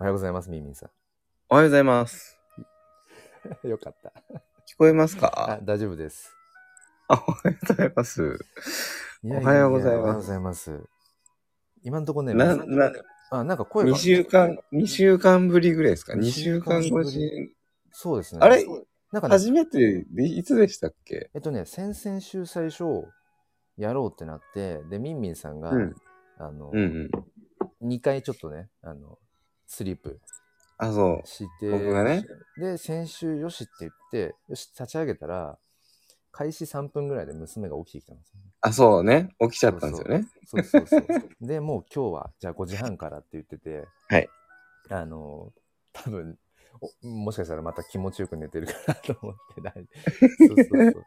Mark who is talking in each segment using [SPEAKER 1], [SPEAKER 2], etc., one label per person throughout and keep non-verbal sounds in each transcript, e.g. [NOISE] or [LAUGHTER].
[SPEAKER 1] おはようございます、みーみんさ
[SPEAKER 2] おはようございます。
[SPEAKER 1] ん。 [LAUGHS] よかった。
[SPEAKER 2] 聞こえます
[SPEAKER 1] あ
[SPEAKER 2] か、
[SPEAKER 1] 大丈夫です。
[SPEAKER 2] あ、おはようございます。
[SPEAKER 1] いや
[SPEAKER 2] おはようござい
[SPEAKER 1] や
[SPEAKER 2] ます
[SPEAKER 1] おはようございます。今のところね、
[SPEAKER 2] な、
[SPEAKER 1] 水
[SPEAKER 2] な、
[SPEAKER 1] あ、なんか声
[SPEAKER 2] 2
[SPEAKER 1] が。
[SPEAKER 2] 週間、2週間ぶりぐらいですか
[SPEAKER 1] 二
[SPEAKER 2] ?2
[SPEAKER 1] 週
[SPEAKER 2] 週
[SPEAKER 1] 間
[SPEAKER 2] 間
[SPEAKER 1] ぶり
[SPEAKER 2] 越し。
[SPEAKER 1] そうですね。
[SPEAKER 2] あれ
[SPEAKER 1] なんかね、
[SPEAKER 2] 初めてで、いつでしたっけ
[SPEAKER 1] えっとね、先々週最初、やろうってなって、で、みんみんさんが、
[SPEAKER 2] うん
[SPEAKER 1] あの、
[SPEAKER 2] うんうん。
[SPEAKER 1] 2回ちょっとね、あの、スリープ
[SPEAKER 2] あ、そ
[SPEAKER 1] して、
[SPEAKER 2] 僕がね
[SPEAKER 1] で、先週、よしって言って、よし、立ち上げたら、開始3分ぐらいで娘が起きてきたんですよね。
[SPEAKER 2] う。あ、そうね。起きちゃったんですよね。
[SPEAKER 1] そうそうそう。で、もう今日は、じゃあ5時半からって言ってて、
[SPEAKER 2] はい。
[SPEAKER 1] あの、多分おもしかしたらまた気持ちよく寝てるかなと思ってない。そうそうそう。でも、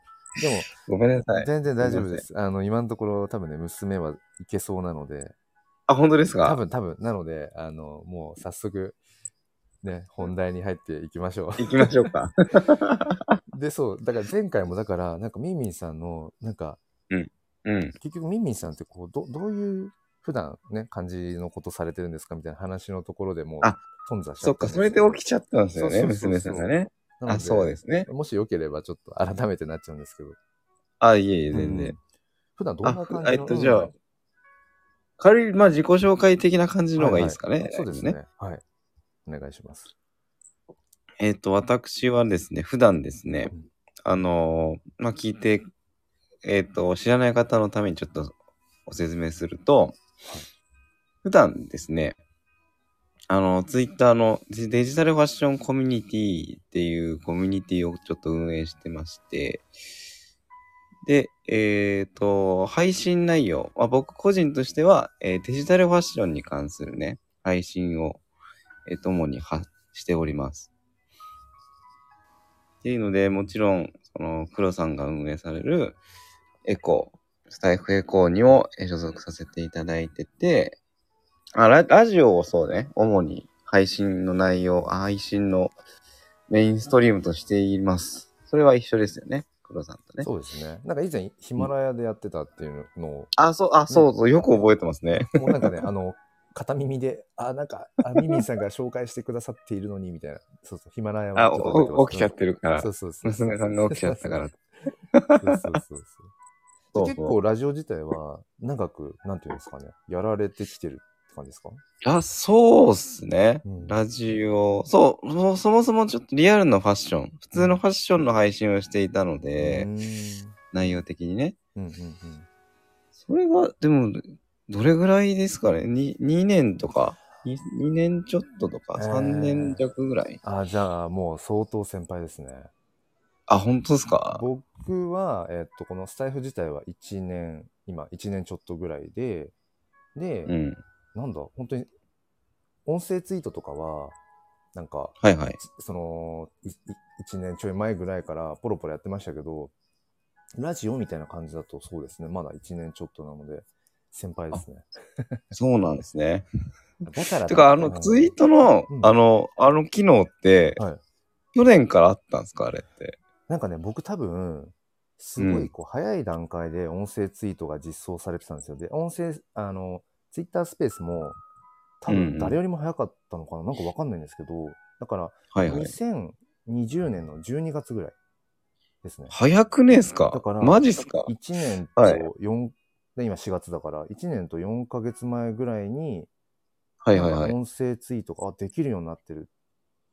[SPEAKER 2] ごめんなさい。
[SPEAKER 1] 全然大丈夫です。あの、今のところ多分ね、娘はいけそうなので、
[SPEAKER 2] あ、本当です
[SPEAKER 1] 多
[SPEAKER 2] か
[SPEAKER 1] 分多分、なので、あの、もう早速、ね、本題に入っていきましょ
[SPEAKER 2] 行きましょうか。
[SPEAKER 1] う。で、そう、だから前回もだから、なんかミンミンさんの、なんか、
[SPEAKER 2] [LAUGHS] うん。
[SPEAKER 1] 結局ミンミンさんってこうどどういう普段ね感じのことされてるんですかみたいな話のところでもう
[SPEAKER 2] あ
[SPEAKER 1] 頓挫しちゃ
[SPEAKER 2] そ
[SPEAKER 1] っ
[SPEAKER 2] っか、
[SPEAKER 1] た
[SPEAKER 2] それで起きちゃったんですよね、
[SPEAKER 1] そうそうそう
[SPEAKER 2] 娘
[SPEAKER 1] そう
[SPEAKER 2] さ
[SPEAKER 1] ん
[SPEAKER 2] がね。あ、そうですね。
[SPEAKER 1] もしよければちょっと改めてなっちゃうんですけど
[SPEAKER 2] あ、いえいえ、全
[SPEAKER 1] う
[SPEAKER 2] 然
[SPEAKER 1] ん。普段どんな
[SPEAKER 2] あ
[SPEAKER 1] 感、
[SPEAKER 2] え
[SPEAKER 1] じ
[SPEAKER 2] っ
[SPEAKER 1] の
[SPEAKER 2] と、じゃあ、軽い、まあ、自己紹介的な感じの方がいいですか
[SPEAKER 1] は
[SPEAKER 2] ね
[SPEAKER 1] は。そうですね。はいお願いします
[SPEAKER 2] えっ、と、私はですね、普段ですね
[SPEAKER 1] うん、
[SPEAKER 2] あのーまあ、聞いて、えっ、と、知らない方のためにちょっとお説明すると、普段ですね、あの、ツイッターのデジデジタルファッションコミュニティっていうコミュニティをちょっと運営してまして、で、えっ、と、配信内容、まあ、僕個人としては、えーデジタルファッションに関するね、配信を、えー主にはしております。っていうので、もちろん、その、黒さんが運営される、エコー、スタイフエコーにもえー所属させていただいてて、あラ、ラジオをそうね、主に配信の内容、あ配信のメインストリームとしています。それは一緒ですよね、黒さんとね。
[SPEAKER 1] そうですねなんか以前ヒマラヤでやってたっていうのを、
[SPEAKER 2] あ、そう、あ、そうそう、よく覚えてますね。
[SPEAKER 1] もうなんかねあの [LAUGHS] 片耳であなんかあミンミンさんが紹介してくださっているのにみたいなそうそうヒマラヤは
[SPEAKER 2] あ、
[SPEAKER 1] ちょっと覚えてます
[SPEAKER 2] お起きちゃってるから
[SPEAKER 1] そ。うそうそうそう
[SPEAKER 2] [LAUGHS] 娘さんが起きちゃったから。
[SPEAKER 1] そうそうそうそう
[SPEAKER 2] そうそう
[SPEAKER 1] 結構ラジオ自体は長く、なんていうんですかね、やられてきてるって感じですか、
[SPEAKER 2] あ、そうっすね。
[SPEAKER 1] うん
[SPEAKER 2] ラジオ、そう、そそもそもちょっとリアルなファッション、普通のファッションの配信をしていたので、
[SPEAKER 1] うーん
[SPEAKER 2] 内容的にね。
[SPEAKER 1] うんうんうん。
[SPEAKER 2] それが、でも、どれぐらいですかね ?2、2年とか、2, 2年ちょっととか、
[SPEAKER 1] えー
[SPEAKER 2] 3年弱ぐらい。
[SPEAKER 1] あ、じゃあもう相当先輩ですね。
[SPEAKER 2] あ、本当ですか
[SPEAKER 1] 僕は、えっと、このスタイフ自体は1年、今、1年ちょっとぐらいで、で、
[SPEAKER 2] うん。
[SPEAKER 1] なんだ、本当に、音声ツイートとかは、なんか、
[SPEAKER 2] はいはい。
[SPEAKER 1] その、1年ちょい前ぐらいからポロポロやってましたけど、ラジオみたいな感じだとそうですね。まだ1年ちょっとなので、先輩ですね。
[SPEAKER 2] そうなんですね。
[SPEAKER 1] だからだ
[SPEAKER 2] てか、あの、ツイートの
[SPEAKER 1] う、ん
[SPEAKER 2] あの、あの機能って、
[SPEAKER 1] はい
[SPEAKER 2] 去年からあったんですかあれって。
[SPEAKER 1] なんかね、僕多分、すごいこう早い段階で音声ツイートが実装されてたんですよ。で、音声、あの、ツイッタースペースも、多
[SPEAKER 2] うんう
[SPEAKER 1] 分
[SPEAKER 2] ん
[SPEAKER 1] 誰よりも早かったのかな、なんかわかんないんですけど、だから、
[SPEAKER 2] はいはい。
[SPEAKER 1] 2020年の12月ぐらいですね。
[SPEAKER 2] 早くねえっす
[SPEAKER 1] だ
[SPEAKER 2] か
[SPEAKER 1] から
[SPEAKER 2] マジっすか
[SPEAKER 1] 1年と
[SPEAKER 2] はい
[SPEAKER 1] 4、で今4月だから、1年と4ヶ月前ぐらいに、
[SPEAKER 2] はいはいはい。
[SPEAKER 1] 音声ツイートがあできるようになってる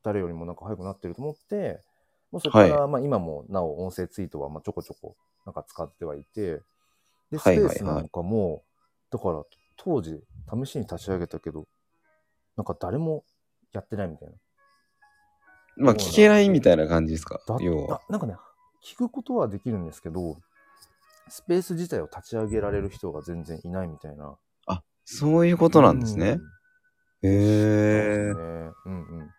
[SPEAKER 1] 誰よりもなんか早くなってると思ってもうそこから、まあ、今もなお音声ツイートはまあちょこちょこなんか使ってはいてでス
[SPEAKER 2] は
[SPEAKER 1] ペ
[SPEAKER 2] いは
[SPEAKER 1] ー
[SPEAKER 2] いはい
[SPEAKER 1] スなんかも、だから当時試しに立ち上げたけどなんか誰もやってないみたいな
[SPEAKER 2] まあ、聞けないみたいな感じですか
[SPEAKER 1] だ
[SPEAKER 2] 要は
[SPEAKER 1] な。なんかね聞くことはできるんですけどスペース自体を立ち上げられる人が全然いないみたいな
[SPEAKER 2] そういうことなんですね。
[SPEAKER 1] う
[SPEAKER 2] へ
[SPEAKER 1] ん
[SPEAKER 2] え
[SPEAKER 1] そうですねうんうん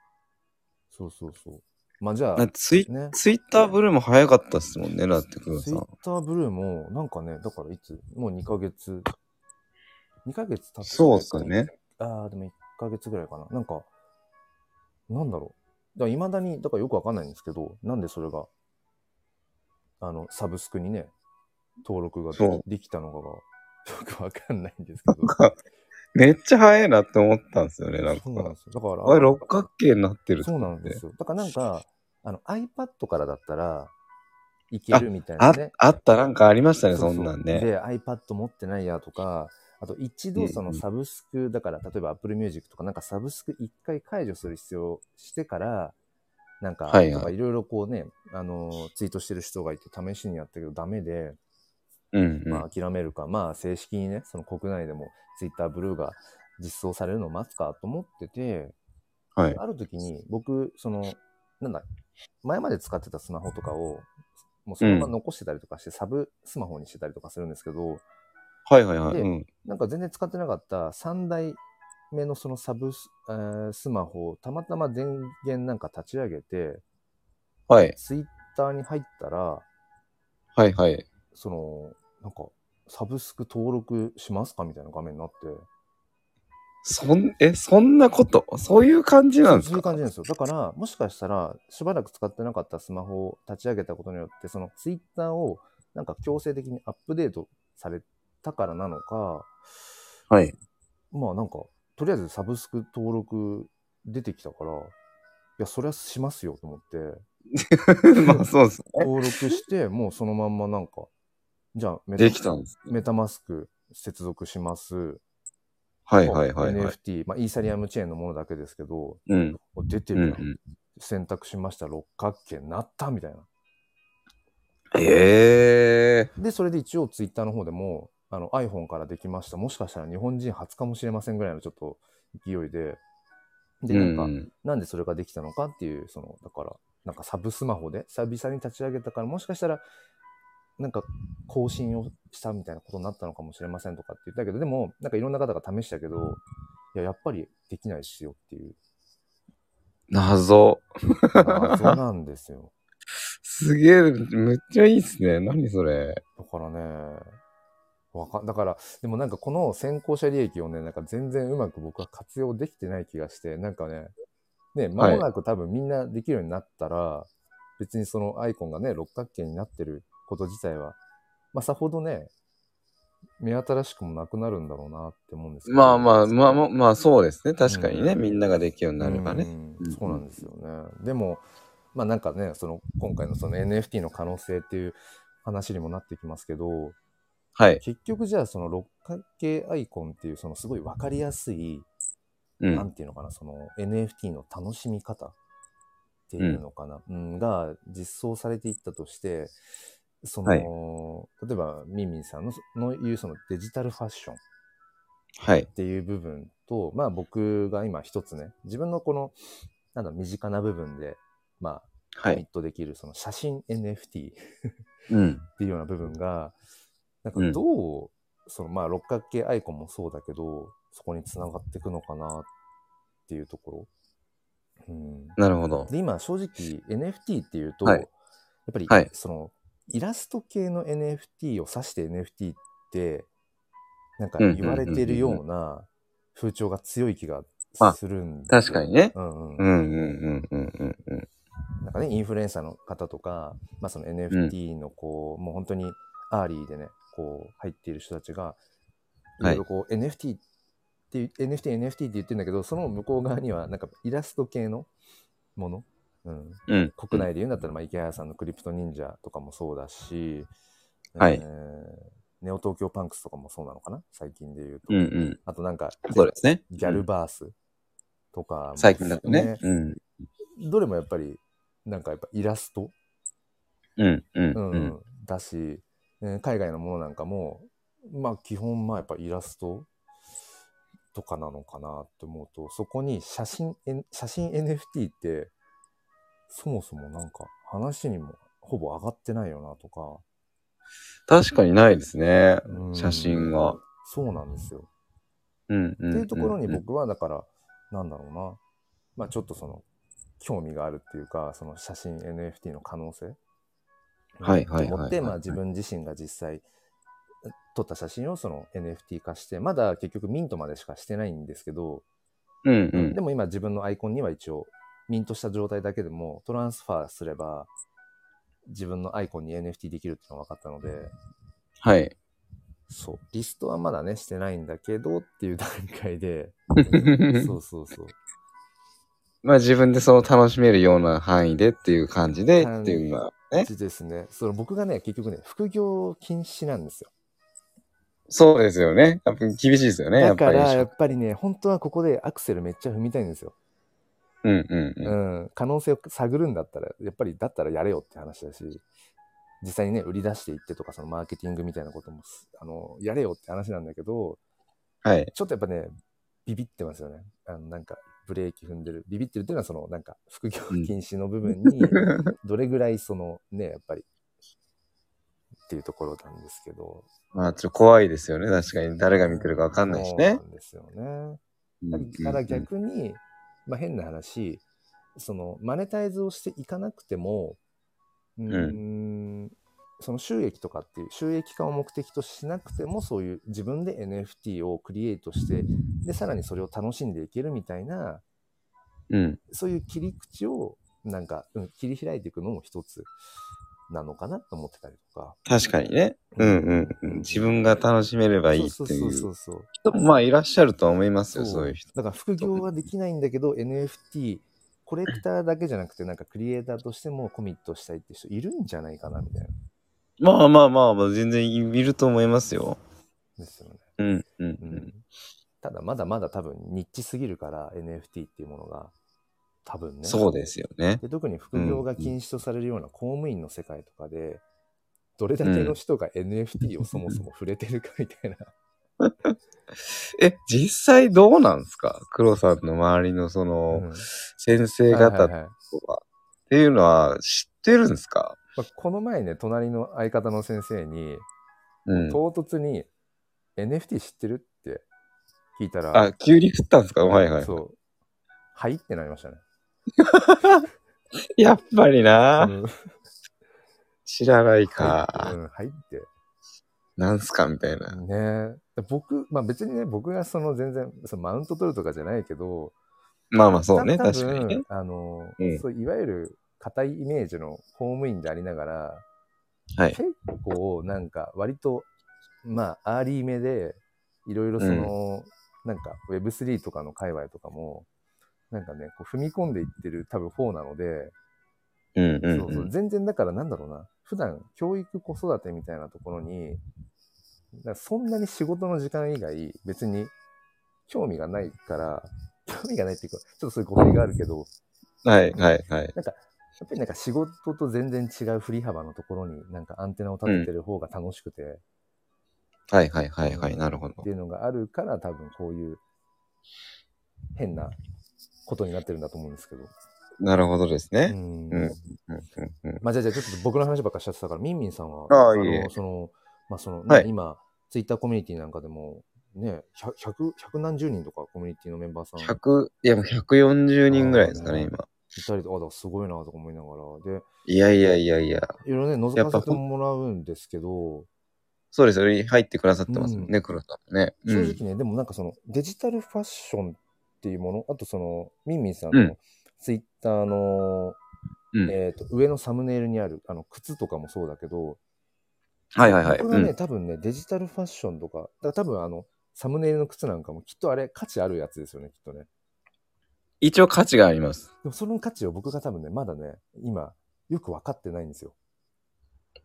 [SPEAKER 1] そうそうそうまあじゃあ
[SPEAKER 2] ー。ツイ
[SPEAKER 1] ね
[SPEAKER 2] ツイッターブルーも早かったっすもんね、だって、黒
[SPEAKER 1] ツ
[SPEAKER 2] 田
[SPEAKER 1] イ
[SPEAKER 2] さ
[SPEAKER 1] ッ
[SPEAKER 2] ん。
[SPEAKER 1] ターブルーも、なんかね、だからいつ、もう2ヶ月、2ヶ月経って
[SPEAKER 2] そうっすよね。
[SPEAKER 1] ああ、でも1ヶ月ぐらいかな。なんか、なんだろう。だから未だに、だからよくわかんないんですけど、なんでそれが、あの、サブスクにね、登録がで
[SPEAKER 2] そう
[SPEAKER 1] きできたのかが、よくわかんないんですけど。
[SPEAKER 2] めっちゃ早いなって思ったんですよね、なん
[SPEAKER 1] そうなん
[SPEAKER 2] か
[SPEAKER 1] で。すよ。だから、
[SPEAKER 2] あれ、六角形になってるって
[SPEAKER 1] そうなんですよ。だからなんか、あの iPad からだったらいけるみたいな
[SPEAKER 2] あ
[SPEAKER 1] ね。
[SPEAKER 2] あった、なんかありましたね、
[SPEAKER 1] う
[SPEAKER 2] そ
[SPEAKER 1] うん
[SPEAKER 2] なんね。
[SPEAKER 1] で、iPad 持ってないやとか、あと一度そのサブスク、だから例えば Apple Music とかなんかサブスク一回解除する必要してから、なんか、
[SPEAKER 2] はいはい
[SPEAKER 1] とかいろいろこうね、あのー、ツイートしてる人がいて試しにやったけどダメで、
[SPEAKER 2] うん、うん
[SPEAKER 1] まあ諦めるか、まあ正式にね、その国内でも Twitter ブルーが実装されるのを待つかと思ってて、
[SPEAKER 2] はい。
[SPEAKER 1] ある時に僕、その、なんだ、前まで使ってたスマホとかを、もうそのまま残してたりとかして、サブスマホにしてたりとかするんですけど、
[SPEAKER 2] はいはいはい。
[SPEAKER 1] で
[SPEAKER 2] うん。
[SPEAKER 1] なんか全然使ってなかった3代目のそのサブス,、えースマホをたまたま電源なんか立ち上げて、
[SPEAKER 2] はい。
[SPEAKER 1] ツイッターに入ったら、
[SPEAKER 2] はいはい。
[SPEAKER 1] その、なんか、サブスク登録しますかみたいな画面になって。
[SPEAKER 2] そん、え、そんなこと、そういう感じなんです
[SPEAKER 1] そういう
[SPEAKER 2] か
[SPEAKER 1] 感じなんですよ。だから、もしかしたら、しばらく使ってなかったスマホを立ち上げたことによって、そのツイッターをなんか強制的にアップデートされたからなのか、
[SPEAKER 2] はい。
[SPEAKER 1] まあなんか、とりあえずサブスク登録出てきたから、いや、そりゃしますよと思って、
[SPEAKER 2] [LAUGHS] まあそうですね。
[SPEAKER 1] 登録して、もうそのまんまなんか、じゃあメタ
[SPEAKER 2] できたんです。
[SPEAKER 1] メタマスク接続します。
[SPEAKER 2] はいはいはいはい。
[SPEAKER 1] NFT、まあ、イーサリアムチェーンのものだけですけど、
[SPEAKER 2] うん。
[SPEAKER 1] 出て
[SPEAKER 2] うんう
[SPEAKER 1] るな、
[SPEAKER 2] ん。
[SPEAKER 1] 選択しました、六角形になったみたいな。
[SPEAKER 2] ええ
[SPEAKER 1] で、それで一応ツイッターの方でも、あの iPhone からできました。もしかしたら日本人初かもしれませんぐらいのちょっと勢いで。で、
[SPEAKER 2] う
[SPEAKER 1] なんんか、
[SPEAKER 2] うん。
[SPEAKER 1] なんでそれができたのかっていう、その、だから、なんかサブスマホで久々に立ち上げたから、もしかしたら、なんか更新をしたみたいなことになったのかもしれませんとかって言ったけど、でも、なんかいろんな方が試したけど、いや、やっぱりできないっすよっていう。
[SPEAKER 2] 謎。
[SPEAKER 1] 謎なんですよ。
[SPEAKER 2] すげえ、めっちゃいいっすね。何それ。
[SPEAKER 1] だからね、わかだから、でもなんかこの先行者利益をね、なんか全然うまく僕は活用できてない気がして、なんかね、ね、間もなく多分みんなできるようになったら、別にそのアイコンがね、六角形になってること自体は、まあさほどね、目新しくもなくなるんだろうなって思うんですけど
[SPEAKER 2] まあまあまあまあ、まあそうですね。確かにね、
[SPEAKER 1] うん
[SPEAKER 2] みんなができるようになればね。
[SPEAKER 1] うん
[SPEAKER 2] うん
[SPEAKER 1] そうなんですよね。でも、まあなんかね、その今回のその NFT の可能性っていう話にもなってきますけど、
[SPEAKER 2] はい。
[SPEAKER 1] 結局じゃあその六角形アイコンっていうそのすごい分かりやすい、
[SPEAKER 2] う
[SPEAKER 1] なん
[SPEAKER 2] ん。
[SPEAKER 1] ていうのかなその NFT の楽しみ方っていうのかな、うんが実装されていったとしてその、
[SPEAKER 2] は
[SPEAKER 1] 例えばミンミンさんのの言うそのデジタルファッション
[SPEAKER 2] はい
[SPEAKER 1] っ。ていう部分と、まあ僕が今一つね、自分のこの、なんだ、身近な部分で、まあ、
[SPEAKER 2] は
[SPEAKER 1] コミッ
[SPEAKER 2] い。
[SPEAKER 1] トできる、その写真 NFT
[SPEAKER 2] うん。
[SPEAKER 1] っていうような部分が、なんか
[SPEAKER 2] うん
[SPEAKER 1] どう、そのまあ六角形アイコンもそうだけど、そこにつながっていくのかなっていうところ。うん、
[SPEAKER 2] なるほど。
[SPEAKER 1] で今正直 NFT っていうと、
[SPEAKER 2] はい
[SPEAKER 1] やっぱり、
[SPEAKER 2] はい
[SPEAKER 1] そのイラスト系の NFT を指して NFT ってなんか
[SPEAKER 2] うんうんうんうん
[SPEAKER 1] 言われてるような風潮が強い気がするんですよ
[SPEAKER 2] 確かにね。
[SPEAKER 1] うんうん
[SPEAKER 2] うんうんうんうんうんうん。
[SPEAKER 1] なんかね、インフルエンサーの方とか、まあ、その NFT のこう、もう本当にアーリーでね、こう入っている人たちが、いろ
[SPEAKER 2] はい
[SPEAKER 1] いろこう NFT っていう、NFT、NFT って言ってるんだけど、その向こう側にはなんかイラスト系のもの、うん、
[SPEAKER 2] うん。
[SPEAKER 1] 国内で言うんだったら、まあ、池原さんのクリプト忍者とかもそうだし、
[SPEAKER 2] はい
[SPEAKER 1] えーネオ東京パンクスとかもそうなのかな最近で言うと。
[SPEAKER 2] うんうん。
[SPEAKER 1] あとなんか、
[SPEAKER 2] そうですね。
[SPEAKER 1] ギャルバースとか、
[SPEAKER 2] 最近だとね。。うん。
[SPEAKER 1] どれもやっぱり、なんかやっぱイラスト
[SPEAKER 2] うんうん
[SPEAKER 1] うん
[SPEAKER 2] うん。
[SPEAKER 1] だし、えー海外のものなんかも、まあ基本、まあやっぱイラストとかなのかなって思うと、そこに写真、N- 写真 NFT って、そもそもなんか話にもほぼ上がってないよなとか、
[SPEAKER 2] 確かにないですね。
[SPEAKER 1] うん
[SPEAKER 2] 写真が。
[SPEAKER 1] そうなんですよ。
[SPEAKER 2] うんうん。
[SPEAKER 1] っていうところに
[SPEAKER 2] んん。
[SPEAKER 1] 僕はだから、なんだろうな、まあちょっとその、興味があるっていうか、その写真 NFT の可能性
[SPEAKER 2] はいはいはいはい
[SPEAKER 1] 思って、まあ自分自身が実際撮った写真をその NFT 化して、まだ結局ミントまでしかしてないんですけど、
[SPEAKER 2] うんうん
[SPEAKER 1] で。も今自分のアイコンには一応ミントした状態だけでもトランスファーすれば自分のアイコンに NFT できるっていうのが分かったので、
[SPEAKER 2] はい。
[SPEAKER 1] そう。リストはまだね、してないんだけどっていう段階
[SPEAKER 2] [LAUGHS]
[SPEAKER 1] で、そうそうそう。
[SPEAKER 2] まあ自分でそう楽しめるような範囲でっていう感じで
[SPEAKER 1] はい
[SPEAKER 2] っていうのはね。
[SPEAKER 1] でですね、その僕がね、結局ね、副業禁止なんですよ。
[SPEAKER 2] そうですよね。やっぱ厳しいですよね。や
[SPEAKER 1] だ
[SPEAKER 2] っぱ
[SPEAKER 1] か
[SPEAKER 2] り。
[SPEAKER 1] ら、やっぱりね、本当はここでアクセルめっちゃ踏みたいんですよ。
[SPEAKER 2] うんうん
[SPEAKER 1] う
[SPEAKER 2] うん。
[SPEAKER 1] ん。可能性を探るんだったら、やっぱりだったらやれよって話だし、実際にね、売り出していってとか、そのマーケティングみたいなこともす、あの、やれよって話なんだけど、
[SPEAKER 2] はい。
[SPEAKER 1] ちょっとやっぱね、ビビってますよね。あの、なんか、ブレーキ踏んでる。ビビってるっていうのは、その、なんか、副業
[SPEAKER 2] うん
[SPEAKER 1] 禁止の部分に、どれぐらい、その、ね、やっぱり、っていうところなんですけど。
[SPEAKER 2] まあちょっと怖いですよね。確かに誰が見てるかわかんないし
[SPEAKER 1] そう
[SPEAKER 2] ね
[SPEAKER 1] な。んですよね。
[SPEAKER 2] う
[SPEAKER 1] だ
[SPEAKER 2] んうんうん
[SPEAKER 1] から逆に、まあ、変な話、そのマネタイズをしていかなくても、うーん、その収益とかっていう、収益化を目的としなくても、そういう自分で NFT をクリエイトして、で、さらにそれを楽しんでいけるみたいな、
[SPEAKER 2] うん。
[SPEAKER 1] そういう切り口を、なんか、うん切り開いていくのも一つなのかなと思ってたりとか。
[SPEAKER 2] 確かにね。うんうんうん。自分が楽しめればいいって
[SPEAKER 1] そう
[SPEAKER 2] い
[SPEAKER 1] そう
[SPEAKER 2] う
[SPEAKER 1] そ
[SPEAKER 2] 人
[SPEAKER 1] うそう。
[SPEAKER 2] もまあいらっしゃるとは思いますよ、
[SPEAKER 1] そう
[SPEAKER 2] そういう人。
[SPEAKER 1] だから副業はできないんだけど NFT コレクターだけじゃなくてなんかクリエイターとしてもコミットしたいって人いるんじゃないかなみたいな
[SPEAKER 2] まあまあまあまあ、全然いると思いますよ。
[SPEAKER 1] ですよね、
[SPEAKER 2] うんうん
[SPEAKER 1] う
[SPEAKER 2] うんん。
[SPEAKER 1] ただまだまだ多分ニッチすぎるから NFT っていうものが多分ね
[SPEAKER 2] そうですよね。
[SPEAKER 1] で特に副業が禁止とされるような公務員の世界とかでどれだけの人が NFT をそもそも触れてるかみたいな、
[SPEAKER 2] え、実際どうなんですか黒さんの周りのその、
[SPEAKER 1] うん
[SPEAKER 2] 先生
[SPEAKER 1] はいはい
[SPEAKER 2] 方
[SPEAKER 1] はい
[SPEAKER 2] とかっていうのは知ってるんですか
[SPEAKER 1] まあこの前ね隣の相方の先生に
[SPEAKER 2] うん。
[SPEAKER 1] 唐突に NFT 知ってるって聞いたら、
[SPEAKER 2] あ、急に振ったんですかはいはい。
[SPEAKER 1] そう。はいってなりましたね。
[SPEAKER 2] やっぱり
[SPEAKER 1] う
[SPEAKER 2] なん知らない
[SPEAKER 1] はい
[SPEAKER 2] か。
[SPEAKER 1] [LAUGHS] うんはいって。
[SPEAKER 2] なんすかみたいな。
[SPEAKER 1] ねえ僕、まあ別にね、僕がその全然、そのマウント取るとかじゃないけど、
[SPEAKER 2] まあまあそうね。
[SPEAKER 1] た多
[SPEAKER 2] 確かに
[SPEAKER 1] 分
[SPEAKER 2] ね。
[SPEAKER 1] あの、
[SPEAKER 2] うん
[SPEAKER 1] そういわゆる硬いイメージの公務員でありながら、
[SPEAKER 2] はい。
[SPEAKER 1] 結構なんか割と、まあアーリーめで、いろいろその、なんか Web3 とかの界隈とかも、なんかね、こう踏み込んでいってる多分方なので、
[SPEAKER 2] うんうん。
[SPEAKER 1] そうそううん全然だからなんだろうな普段教育子育てみたいなところにだからそんなに仕事の時間以外別に興味がないから興味がないっていうかちょっとそういう語弊があるけど
[SPEAKER 2] はいはいは
[SPEAKER 1] や
[SPEAKER 2] い。
[SPEAKER 1] っぱりなんか仕事と全然違う振り幅のところになんかアンテナを立ててる方が楽しくて、
[SPEAKER 2] はいはいはいはい。なるほど
[SPEAKER 1] って。いうのがあるから多分こういう変なことになってるんだと思うんですけど。
[SPEAKER 2] なるほどです
[SPEAKER 1] う
[SPEAKER 2] ね。
[SPEAKER 1] ん
[SPEAKER 2] うんうんうんうん
[SPEAKER 1] まあ、じゃあ、じゃあちょっと僕の話ばっかりしちゃってたから、ミンミンさんは、
[SPEAKER 2] ああ
[SPEAKER 1] の
[SPEAKER 2] いえいえ
[SPEAKER 1] その、まあ、その、ね
[SPEAKER 2] はい
[SPEAKER 1] 今、ツイッターコミュニティなんかでも、ね、100、100 100何十人とかコミュニティのメンバーさんいた
[SPEAKER 2] 100、いやもう140人ぐらいですかね、
[SPEAKER 1] あー
[SPEAKER 2] 今。
[SPEAKER 1] りとか、あ、だからすごいなとか思いながら、で、
[SPEAKER 2] いやいやいやいや。
[SPEAKER 1] いろいろね、覗かせてもらうんですけど、
[SPEAKER 2] そうですよね。入ってくださってますもんね、黒さんもね。う
[SPEAKER 1] 正
[SPEAKER 2] ん。
[SPEAKER 1] 直ね、でもなんかその、デジタルファッションっていうもの、あとその、ミンミンさん
[SPEAKER 2] う
[SPEAKER 1] の
[SPEAKER 2] ん
[SPEAKER 1] ツイッターの、
[SPEAKER 2] うん
[SPEAKER 1] えっ、と、上のサムネイルにある、あの、靴とかもそうだけど、
[SPEAKER 2] はいはいはい。
[SPEAKER 1] これはね、多分ね、デジタルファッションとか、だから多分あの、サムネイルの靴なんかもきっとあれ価値あるやつですよね、きっとね。
[SPEAKER 2] 一応価値があります。
[SPEAKER 1] でもその価値を僕が多分ね、まだね、今、よく分かってないんですよ。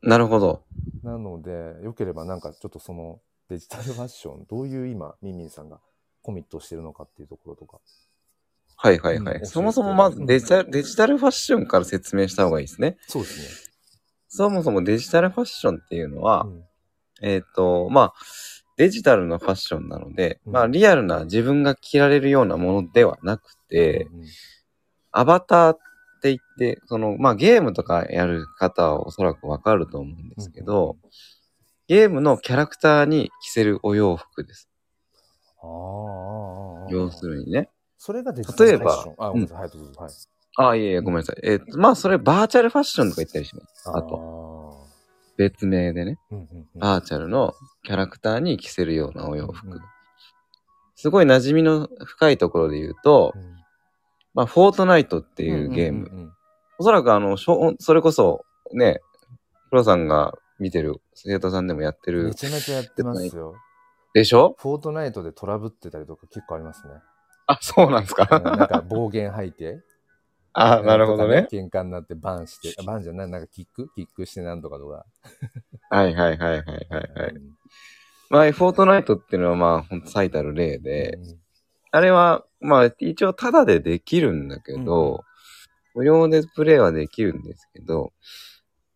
[SPEAKER 2] なるほど。
[SPEAKER 1] なので、よければなんかちょっとそのデジタルファッション、どういう今、ミンミンさんがコミットしてるのかっていうところとか。
[SPEAKER 2] はいはいは
[SPEAKER 1] うん教えて
[SPEAKER 2] い。そもそもまずデジタルデジタルファッションから説明した方がいいですね。
[SPEAKER 1] そうです
[SPEAKER 2] そもそもデジタルファッションっていうのは、
[SPEAKER 1] ね。
[SPEAKER 2] えっ、と、まあ、デジタルのファッションなので、
[SPEAKER 1] うん
[SPEAKER 2] まあ、リアルな自分が着られるようなものではなくて、
[SPEAKER 1] うんうん
[SPEAKER 2] アバターって言って、その、まあ、ゲームとかやる方はおそらくわかると思うんですけど、ゲームのキャラクターに着せるお洋服です。
[SPEAKER 1] あーあー、あーあー。
[SPEAKER 2] 要するにね。
[SPEAKER 1] それがデジタルファッション
[SPEAKER 2] 例。
[SPEAKER 1] あ、ごめんなさい。はい、どうぞ。はい。
[SPEAKER 2] ああ、いえいえ、ごめんなさい。えっ、と、まあ、それバーチャルファッションとか言ったりします。あと、
[SPEAKER 1] と。
[SPEAKER 2] 別名でね、
[SPEAKER 1] うんうんうん。
[SPEAKER 2] バーチャルのキャラクターに着せるようなお洋
[SPEAKER 1] うんう
[SPEAKER 2] 服
[SPEAKER 1] ん。
[SPEAKER 2] すごい馴染みの深いところで言うと
[SPEAKER 1] う、ん
[SPEAKER 2] まあ、フォートナイトってい
[SPEAKER 1] ん
[SPEAKER 2] うんゲーム。
[SPEAKER 1] んうん。
[SPEAKER 2] おそらくあの、しょそれこそ、ね、プロさんが見てる、生徒さんでもやってる
[SPEAKER 1] めちゃめちゃやってますよ。
[SPEAKER 2] でしょ
[SPEAKER 1] フォートナイトでトラブってたりとか結構あります
[SPEAKER 2] [LAUGHS]
[SPEAKER 1] ね。
[SPEAKER 2] あ、そうなんです
[SPEAKER 1] うんなん
[SPEAKER 2] か。
[SPEAKER 1] か暴言吐いて。
[SPEAKER 2] [LAUGHS] あ、なるほどね。
[SPEAKER 1] 喧嘩になってバンして、あバンじゃない、なんかキックキックしてなんとかとか。
[SPEAKER 2] はいはいはいはいはいはい。
[SPEAKER 1] うん
[SPEAKER 2] まあ、フォートナイトっていうのはまあ、ほんと最たる例で、あれはまあ、一応タダでできるんだけど、無料でプレイはできるんですけど、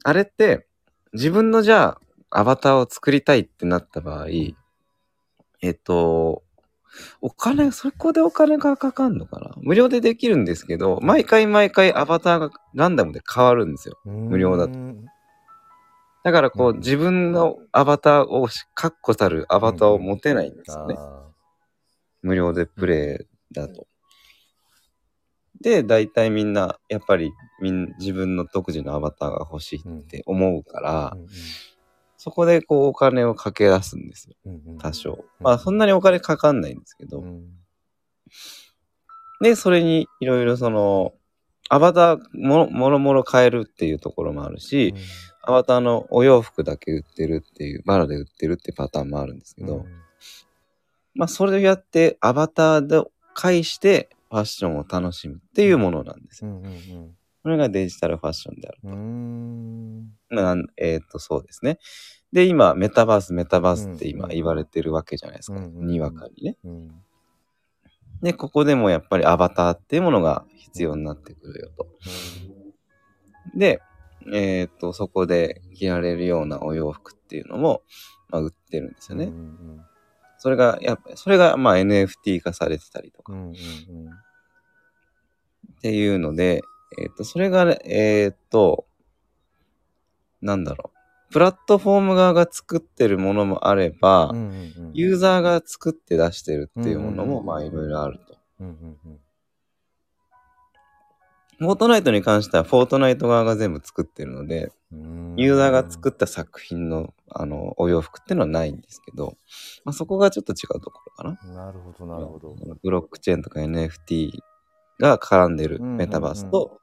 [SPEAKER 2] あれって、自分のじゃあ、アバターを作りたいってなった場合、えっと、お金、そこでお金がかかんのかな無料でできるんですけど、毎回毎回アバターがランダムで変わるんですよ。
[SPEAKER 1] うん
[SPEAKER 2] 無料だと
[SPEAKER 1] うん
[SPEAKER 2] だからこ
[SPEAKER 1] う
[SPEAKER 2] うん自分のアバターをし、確固たるアバターを持てないんですよね。
[SPEAKER 1] あ
[SPEAKER 2] 無料でプレイだと。で、大体みんな、やっぱりみん自分の独自のアバターが欲しいって思うから、
[SPEAKER 1] ーうん
[SPEAKER 2] そこでこうお金をかけ出すんですよ、
[SPEAKER 1] うんうんうん
[SPEAKER 2] 多少。まあそんなにお金かかんないんですけど。
[SPEAKER 1] うん
[SPEAKER 2] で、それにいろいろその、アバターももろもろ変えるっていうところもあるし、アバターのお洋服だけ売ってるっていう、バラで売ってるってパターンもあるんですけ
[SPEAKER 1] うん
[SPEAKER 2] ど、
[SPEAKER 1] うん
[SPEAKER 2] まあ、それをやって、アバターで介して、ファッションを楽しむっていうものなんです
[SPEAKER 1] う
[SPEAKER 2] よ。
[SPEAKER 1] んうん
[SPEAKER 2] これがデジタルファッションである。
[SPEAKER 1] うんうん
[SPEAKER 2] まあなんえっ、と、そうですね。で、今、メタバース、メタバースって
[SPEAKER 1] う
[SPEAKER 2] 今
[SPEAKER 1] んうん
[SPEAKER 2] 言われてるわけじゃないですか。
[SPEAKER 1] うんうんうん
[SPEAKER 2] にわかにね。
[SPEAKER 1] うん
[SPEAKER 2] で、ここでもやっぱりアバターっていうものが必要になってくるよと。で、えっ、と、そこで着られるようなお洋服っていうのも、まあ、売ってるんですよね。
[SPEAKER 1] うん
[SPEAKER 2] それが、やっぱ、それが、まあ、NFT 化されてたりと
[SPEAKER 1] う
[SPEAKER 2] か。
[SPEAKER 1] んうん
[SPEAKER 2] っていうので、えっ、と、それがね、えっ、と、なんだろう。プラットフォーム側が作ってるものもあれば、
[SPEAKER 1] うんうん
[SPEAKER 2] ユーザーが作って出してるっていうもの
[SPEAKER 1] う
[SPEAKER 2] も、
[SPEAKER 1] ん
[SPEAKER 2] まあ、いろいろあると。
[SPEAKER 1] うんうんうん
[SPEAKER 2] フォートナイトに関しては、フォートナイト側が全部作ってるので、
[SPEAKER 1] うん
[SPEAKER 2] ユーザーが作った作品の、あの、お洋服っていうのはないんですけど、まあ、そこがちょっと違うところかな。
[SPEAKER 1] なるほどなるほど。
[SPEAKER 2] ブロックチェーンとか NFT が絡んでる
[SPEAKER 1] うんうんうん
[SPEAKER 2] メタバースと、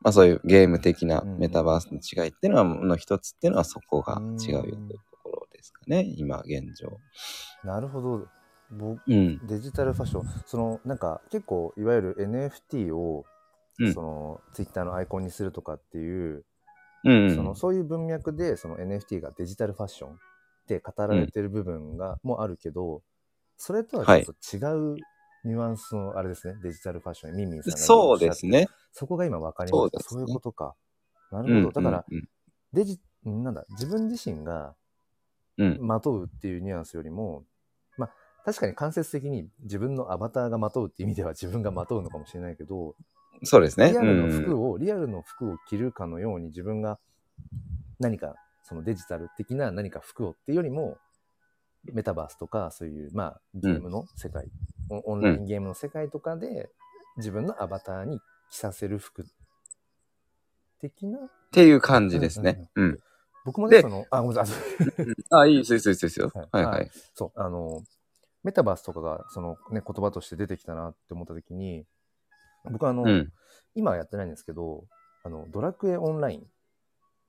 [SPEAKER 2] まあそういうゲーム的なメタバースの違いっていうのは、の一つっていうのはそこが違うよというところですかね、今現状。
[SPEAKER 1] なるほど。僕
[SPEAKER 2] うん。
[SPEAKER 1] デジタルファッションそのなんか結構いわゆる NFT を、
[SPEAKER 2] うん
[SPEAKER 1] そのツイッターのアイコンにするとかっていう、
[SPEAKER 2] うん、
[SPEAKER 1] そのそういう文脈でその NFT がデジタルファッションって語られてる部分が、もあるけどそれとはちょっと違うニュアンスのあれですね、デジタルファッションミンミンさんが
[SPEAKER 2] そうですね。
[SPEAKER 1] そこが今分かりましたそ,、
[SPEAKER 2] そううですね
[SPEAKER 1] いうことかな
[SPEAKER 2] う
[SPEAKER 1] る
[SPEAKER 2] ん
[SPEAKER 1] ほど、だから、
[SPEAKER 2] うん
[SPEAKER 1] デジなんだ自分自身が
[SPEAKER 2] うん。
[SPEAKER 1] まとうっていうニュアンスよりも、まあ、確かに間接的に自分のアバターがまとうっていう意味では自分がまとうのかもしれないけど、
[SPEAKER 2] そうですね。
[SPEAKER 1] リア
[SPEAKER 2] う
[SPEAKER 1] ルの
[SPEAKER 2] ん。
[SPEAKER 1] 服を、リアルの服を着るかのように自分が何か、そのデジタル的な何か服をっていうよりも、メタバースとか、そういう、まあ、ゲームの世界、オンオンラインゲームの世界とかで、自分のアバターに着させる服的な、
[SPEAKER 2] っていう感じですね。うん
[SPEAKER 1] 僕もね、
[SPEAKER 2] で
[SPEAKER 1] その、あ、ごめんなさい。
[SPEAKER 2] あ、いいですよ、いいですよ、いいですよ。
[SPEAKER 1] は
[SPEAKER 2] はいいはい。
[SPEAKER 1] そう、あの、メタバースとかが、そのね、言葉として出てきたなって思った時に、僕はあの、
[SPEAKER 2] うん。
[SPEAKER 1] 今はやってないんですけど、あの、ドラクエオンライン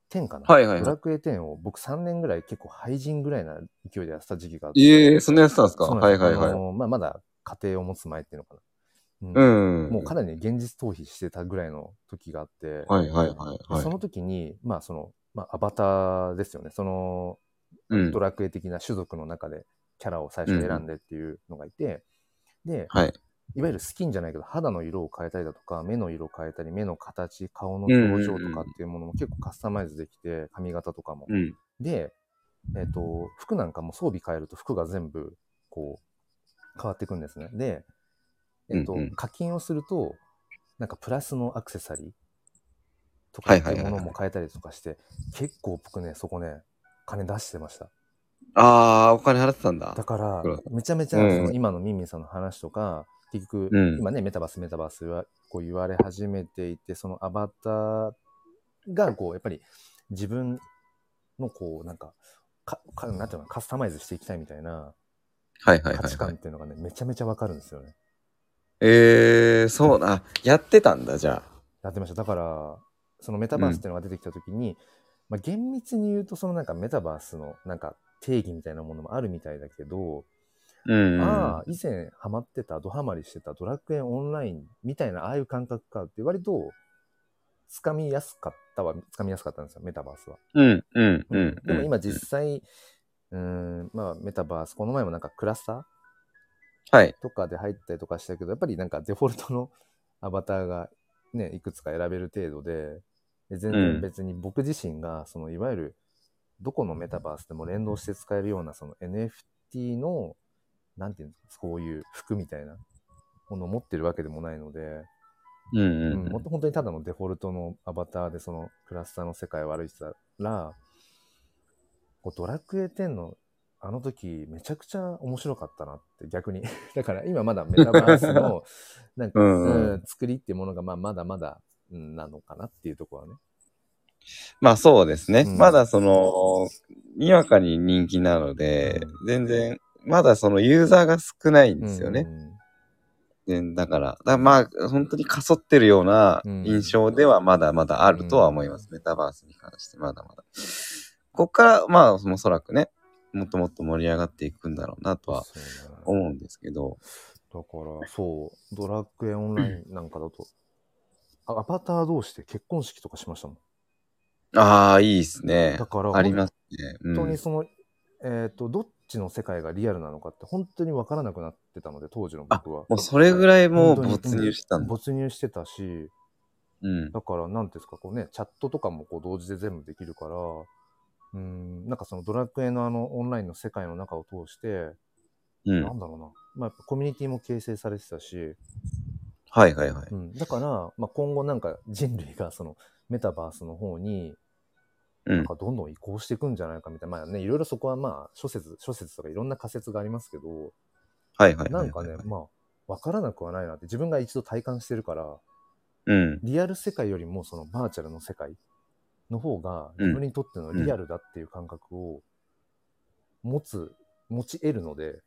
[SPEAKER 1] 10かな、
[SPEAKER 2] はいはいはい
[SPEAKER 1] ドラクエ10を僕3年ぐらい結構廃人ぐらいな勢いでやってた時期があって。
[SPEAKER 2] ええそんなやってたんですか
[SPEAKER 1] そうなん
[SPEAKER 2] は
[SPEAKER 1] で
[SPEAKER 2] い
[SPEAKER 1] す
[SPEAKER 2] はい
[SPEAKER 1] あ
[SPEAKER 2] はい。
[SPEAKER 1] のまあ、まだ家庭を持つ前っていうのか
[SPEAKER 2] う
[SPEAKER 1] な。ん。
[SPEAKER 2] ん。
[SPEAKER 1] もうかなり現実逃避してたぐらいの時があって、
[SPEAKER 2] はいはいはい
[SPEAKER 1] でそ
[SPEAKER 2] は
[SPEAKER 1] の時に、まあその、まあアバターですよね。その、
[SPEAKER 2] い。うん
[SPEAKER 1] ド。ラクエ的な種族の中でキャラを最初選んでっていうのがいて、で、
[SPEAKER 2] はい。
[SPEAKER 1] いわゆるスキンじゃないけど、肌の色を変えたりだとか、目の色を変えたり、目の形、顔の表情とかっていうものも結構カスタマイズできて、髪型とかも。
[SPEAKER 2] うん。
[SPEAKER 1] で、えっ、と、服なんかも装備変えると服が全部、こう、変わっていくんですね。で、えっ、と、
[SPEAKER 2] うんうん
[SPEAKER 1] 課金をすると、なんかプラスのアクセサリーとかっていうものも変えたりとかして、結構僕ね、そこね、金出してました。
[SPEAKER 2] ああ、お金払ってたんだ
[SPEAKER 1] だ。から
[SPEAKER 2] うん、
[SPEAKER 1] めちゃめちゃ
[SPEAKER 2] うん
[SPEAKER 1] その今のミンミンさんの話とか、結局、
[SPEAKER 2] うん
[SPEAKER 1] 今ね、メタバース、メタバースはこう言われ始めていて、そのアバターが、こう、やっぱり自分の、こう、なんか、かかなんていうのかなカスタマイズしていきたいみたいな
[SPEAKER 2] はいはいはい
[SPEAKER 1] 価値
[SPEAKER 2] は
[SPEAKER 1] 観っ。
[SPEAKER 2] い
[SPEAKER 1] ていうのがね、めちゃめちゃわかるんですよね。
[SPEAKER 2] ええそうだ。やってたんだ、じゃあ。
[SPEAKER 1] やってました。だから、そのメタバースっていうのが出てきたときに、まあ、厳密に言うと、そのなんかメタバースのなんか定義みたいなものもあるみたいだけど、
[SPEAKER 2] うん。
[SPEAKER 1] ああ、以前ハマってた、ドハマりしてたドラクエオンラインみたいな、ああいう感覚かって、割と、つかみやすかったは、つかみやすかったんですよ、メタバースは。
[SPEAKER 2] うん。うん。うん。うん
[SPEAKER 1] でも今実際、うん、まあメタバース、この前もなんかクラスター
[SPEAKER 2] はい。
[SPEAKER 1] とかで入ったりとかしたけど、やっぱりなんかデフォルトの [LAUGHS] アバターがね、いくつか選べる程度で、で全
[SPEAKER 2] うん
[SPEAKER 1] 然別に僕自身が、そのいわゆるどこのメタバースでも連動して使えるようなその NFT の、なんていうんですか、こういう服みたいなものを持ってるわけでもないので、
[SPEAKER 2] う
[SPEAKER 1] う、
[SPEAKER 2] ん。うんん
[SPEAKER 1] もっと本当にただのデフォルトのアバターでそのクラスターの世界を歩いてたら、こうドラクエ10のあの時めちゃくちゃ面白かったなって逆に。 [LAUGHS] だから今まだメタバース
[SPEAKER 2] [LAUGHS]
[SPEAKER 1] のなんか、
[SPEAKER 2] うんうん
[SPEAKER 1] うん作りっていうものがまあまだまだうんなのかなっていうところはね。
[SPEAKER 2] まあそうですね。
[SPEAKER 1] うん
[SPEAKER 2] まだその、にわかに人気なので、全然、まだそのユーザーが少ないんですよね。全だから、だからまあ本当にかそってるような
[SPEAKER 1] うん
[SPEAKER 2] 印象ではまだまだあるとは思います。メタバースに関してまだまだ。ここから、まあおそらくね、もっともっと盛り上がっていくんだろうなと
[SPEAKER 1] うん。
[SPEAKER 2] は
[SPEAKER 1] そうね
[SPEAKER 2] 思うんですけど、
[SPEAKER 1] だから、そう、ドラクエオンラインなんかだと、あアバター同士で結婚式とかしましたもん。
[SPEAKER 2] ああ、いいですね
[SPEAKER 1] だ。から、
[SPEAKER 2] ありますね。う
[SPEAKER 1] 本当
[SPEAKER 2] ん
[SPEAKER 1] に、その、えっ、と、どっちの世界がリアルなのかって本当に分からなくなってたので、当時の僕は。
[SPEAKER 2] もうそれぐらいもう
[SPEAKER 1] 本当
[SPEAKER 2] 没
[SPEAKER 1] に
[SPEAKER 2] 入してたんだ。
[SPEAKER 1] 没入してたし、
[SPEAKER 2] うん。
[SPEAKER 1] だから、なんていうんですか、こうね、チャットとかもこう同時で全部できるから、うん、なんかそのドラクエのあのオンラインの世界の中を通して、
[SPEAKER 2] うん。
[SPEAKER 1] なんだろうな、まあやっぱコミュニティも形成されてたし、
[SPEAKER 2] はいはいはい。
[SPEAKER 1] うん、だから、まあ今後なんか人類がそのメタバースの方に、
[SPEAKER 2] うん
[SPEAKER 1] なんかどんどん移行していくんじゃないかみたいな、まあね、いろいろそこはまあ諸説、諸説とかいろんな仮説がありますけど、
[SPEAKER 2] はいはいはいは
[SPEAKER 1] な
[SPEAKER 2] い。
[SPEAKER 1] んかね、まあ、わからなくはないなって、自分が一度体感してるから、
[SPEAKER 2] うん。
[SPEAKER 1] リアル世界よりもそのバーチャルの世界の方が、
[SPEAKER 2] うん
[SPEAKER 1] 自分にとってのリアルだっていう感覚を持つ、持ち得るので、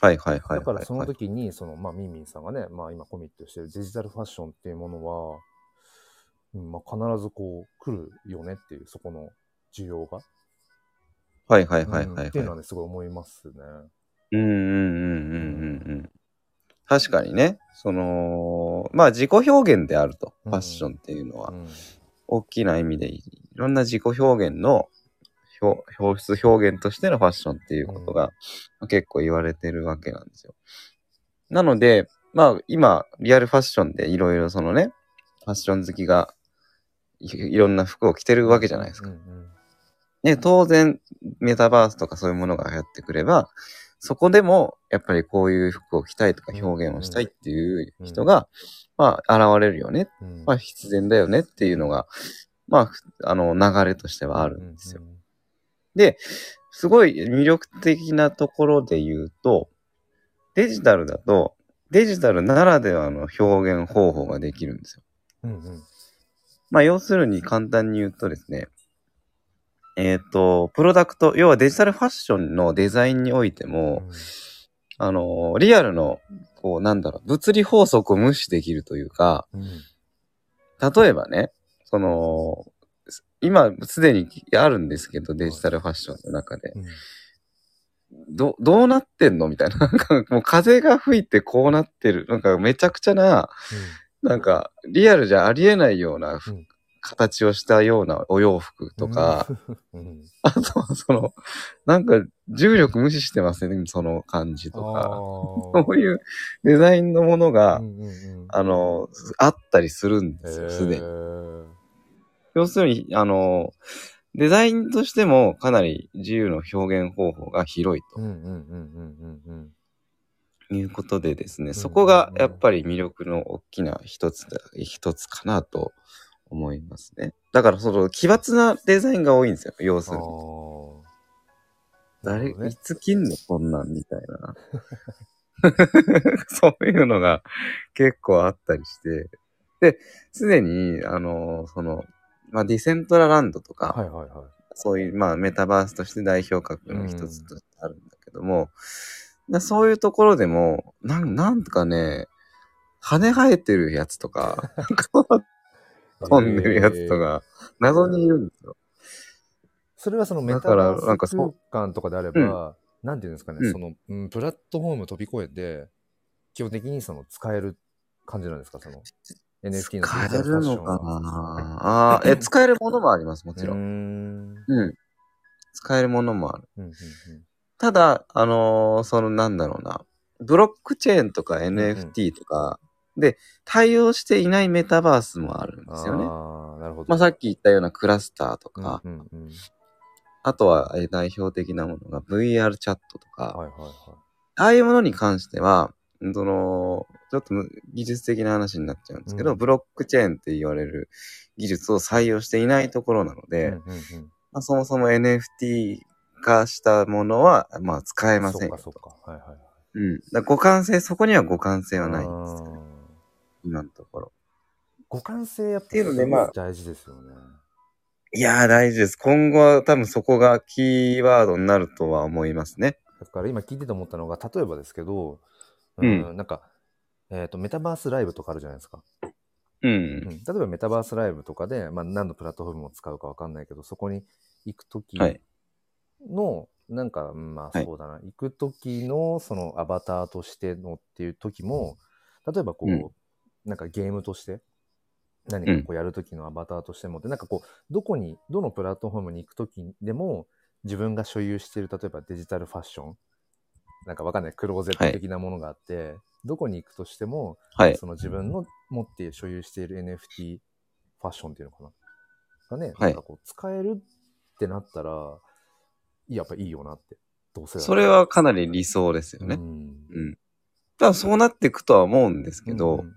[SPEAKER 2] はいはいはいはいはい。
[SPEAKER 1] だからその時に、その、まあ、ミンミンさんがね、まあ今コミットしてるデジタルファッションっていうものは、うん、まあ必ずこう、来るよねっていう、そこの需要が。
[SPEAKER 2] はいはいはいはい
[SPEAKER 1] うん
[SPEAKER 2] はい。
[SPEAKER 1] っていうのはね、すごい思いますね。
[SPEAKER 2] うんうんうんうんうんうん。確かにね、その、まあ自己表現であると。
[SPEAKER 1] う
[SPEAKER 2] フ
[SPEAKER 1] ん
[SPEAKER 2] ァッションっていうのは
[SPEAKER 1] う、ん
[SPEAKER 2] 大きな意味でいい、いろんな自己表現の表表出表現としてのファッションっていうことが、まあ結構言われてるわけなんですよ。なので、まあ今、リアルファッションでいろいろそのね、ファッション好きがいいろんな服を着てるわけじゃないですか
[SPEAKER 1] う。んうん
[SPEAKER 2] ね、当然、メタバースとかそういうものが流行ってくれば、そこでも、やっぱりこういう服を着たいとか表現をしたいっていう人が、まあ、現れるよね。
[SPEAKER 1] うん
[SPEAKER 2] まあ、必然だよねっていうのが、まあふ、あの、流れとしてはあるんですよ。
[SPEAKER 1] ううん
[SPEAKER 2] すごい魅力的なところで言うと、デジタルだと、デジタルならではの表現方法ができるんですよ。
[SPEAKER 1] うんうん
[SPEAKER 2] まあ、要するに簡単に言うとですね、えっ、と、プロダクト、要はデジタルファッションのデザインにおいても、あの、リアルの、こう、なんだろう、物理法則を無視できるというか、
[SPEAKER 1] うん
[SPEAKER 2] 例えばね、その、今、すでにあるんですけど、デジタルファッションの中で、
[SPEAKER 1] うん
[SPEAKER 2] ど、どうなってんのみたいな、なんか、もう風が吹いてこうなってる、なんかめちゃくちゃな、なんか、リアルじゃありえないようなふ、
[SPEAKER 1] うん
[SPEAKER 2] 形をしたようなお洋服とか、
[SPEAKER 1] うん、
[SPEAKER 2] あとはその、なんか重力無視してますね、その感じとか。
[SPEAKER 1] と
[SPEAKER 2] そういうデザインのものが、
[SPEAKER 1] うんうんうん、
[SPEAKER 2] あの、あったりするんですよ、す
[SPEAKER 1] へ
[SPEAKER 2] でに。
[SPEAKER 1] ー
[SPEAKER 2] 要するに、あの、デザインとしてもかなり自由の表現方法が広い
[SPEAKER 1] うんうんうんうんうんうん
[SPEAKER 2] ということでですね、
[SPEAKER 1] ん
[SPEAKER 2] そこがやっぱり魅力の大きな一つだ、一つかなと思いますね。だからその奇抜なデザインが多いんですよ、要す
[SPEAKER 1] あ
[SPEAKER 2] るに。
[SPEAKER 1] ー
[SPEAKER 2] 誰、
[SPEAKER 1] なるほどね
[SPEAKER 2] いつ切んのこんなんみたい
[SPEAKER 1] [LAUGHS]
[SPEAKER 2] な。そういうのが結構あったりして。で、すでに、あの、その、まあ、ディセントラランドとか、
[SPEAKER 1] はいはいはい
[SPEAKER 2] そういう、まあ、メタバースとして代表格の一つとしてあるんだけども、なそういうところでも、なん、なんとかね、羽生えてるやつとか、飛んでるやつとか、謎にいるんですよ。
[SPEAKER 1] それはそのメ
[SPEAKER 2] だ
[SPEAKER 1] タ
[SPEAKER 2] から
[SPEAKER 1] バ
[SPEAKER 2] な
[SPEAKER 1] ー
[SPEAKER 2] んか
[SPEAKER 1] ス
[SPEAKER 2] そ
[SPEAKER 1] 空
[SPEAKER 2] う
[SPEAKER 1] 間とかであれば、なんていうんですかね、
[SPEAKER 2] うん
[SPEAKER 1] その、うん、プラットフォーム飛び越えて、基本的にその使える感じなんですか、その NFT の
[SPEAKER 2] 使え
[SPEAKER 1] デジタル
[SPEAKER 2] る
[SPEAKER 1] ファッショ
[SPEAKER 2] の
[SPEAKER 1] ン
[SPEAKER 2] か
[SPEAKER 1] は
[SPEAKER 2] なああー、え、使えるものもあります、もちろ
[SPEAKER 1] うー
[SPEAKER 2] ん。
[SPEAKER 1] ん。
[SPEAKER 2] うん。使えるものもある。
[SPEAKER 1] うんうん
[SPEAKER 2] ただ、あのーそのなんだろうな、ブロックチェーンとか NFT とかで対応していないメタバースもあるん
[SPEAKER 1] うん、
[SPEAKER 2] ですよね。
[SPEAKER 1] ああ、なるほど。
[SPEAKER 2] まあ、さっき言ったようなクラスターと
[SPEAKER 1] うん
[SPEAKER 2] か、
[SPEAKER 1] うんうん、
[SPEAKER 2] あとはえー代表的なものが VR チャットとか、
[SPEAKER 1] はいはいは
[SPEAKER 2] ああいうものに関しては、うんその、ちょっとむ技術的な話になっちゃうんですけど、
[SPEAKER 1] うん
[SPEAKER 2] ブロックチェーンって言われる技術を採用していないところなの
[SPEAKER 1] い。う
[SPEAKER 2] で、
[SPEAKER 1] んうんうん
[SPEAKER 2] まあ、そもそも NFT 化したものは、まあ、使えません
[SPEAKER 1] そうかそうか。はいはい。
[SPEAKER 2] うん。だから互換性、そこには互換性
[SPEAKER 1] で
[SPEAKER 2] はないんですよね、今のところ。
[SPEAKER 1] 互換性やっぱ
[SPEAKER 2] ていうのでまあ
[SPEAKER 1] 大事ですよね。
[SPEAKER 2] いやー、大事です。今後は多分そこがキーワードになるとは思いますね。
[SPEAKER 1] だから今聞いてて思ったのが、例えばですけど、
[SPEAKER 2] うん
[SPEAKER 1] なんか、えっ、と、メタバースライブとかあるじゃないですか。う
[SPEAKER 2] う
[SPEAKER 1] ん
[SPEAKER 2] ん。
[SPEAKER 1] 例えばメタバースライブとかで、まあ、何のプラットフォームを使うかわかんないけど、そこに行くとき
[SPEAKER 2] はい
[SPEAKER 1] の、なんか、うんまあ
[SPEAKER 2] はい
[SPEAKER 1] そうだな、行くときのそのアバターとしてのっていうときも、例えばこう、
[SPEAKER 2] うん
[SPEAKER 1] なんかゲームとして、何かこうやるときのアバターとしてもって、なんかこう、どこに、どのプラットフォームに行くときでも、自分が所有している、例えばデジタルファッション、なんかわかんない、クローゼット的なものがあって、どこに行くとしても、
[SPEAKER 2] はい。
[SPEAKER 1] その自分の持って所有している NFT ファッションっていうのかな。がね、
[SPEAKER 2] はい
[SPEAKER 1] なんかこう使えるってなったら、やっぱいいよなって。どうせだ
[SPEAKER 2] それはかなり理想ですよ
[SPEAKER 1] う
[SPEAKER 2] ね。
[SPEAKER 1] ん。
[SPEAKER 2] うん。ただそうなっていくとは思うんですけど、
[SPEAKER 1] うんうんうんうん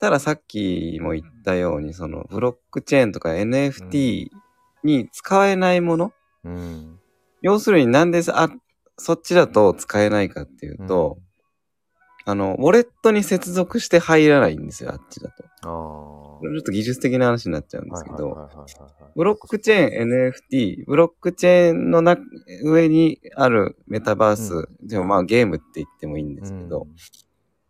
[SPEAKER 2] たださっきも言ったように、そのブロックチェーンとか NFT に使えないもの、
[SPEAKER 1] うん。
[SPEAKER 2] 要するになんでさあ、そっちだと使えないかっていうと、あの、ウォレットに接続して入らないんですよ、あっちだと。
[SPEAKER 1] ああ。
[SPEAKER 2] これちょっと技術的な話になっちゃうんですけ
[SPEAKER 1] はいは
[SPEAKER 2] ど、
[SPEAKER 1] いはいはいはい
[SPEAKER 2] ブロックチェーン、NFT、ブロックチェーンのな上にあるメタバース、
[SPEAKER 1] う
[SPEAKER 2] でもまあゲームって言ってもいいんですけど、
[SPEAKER 1] うん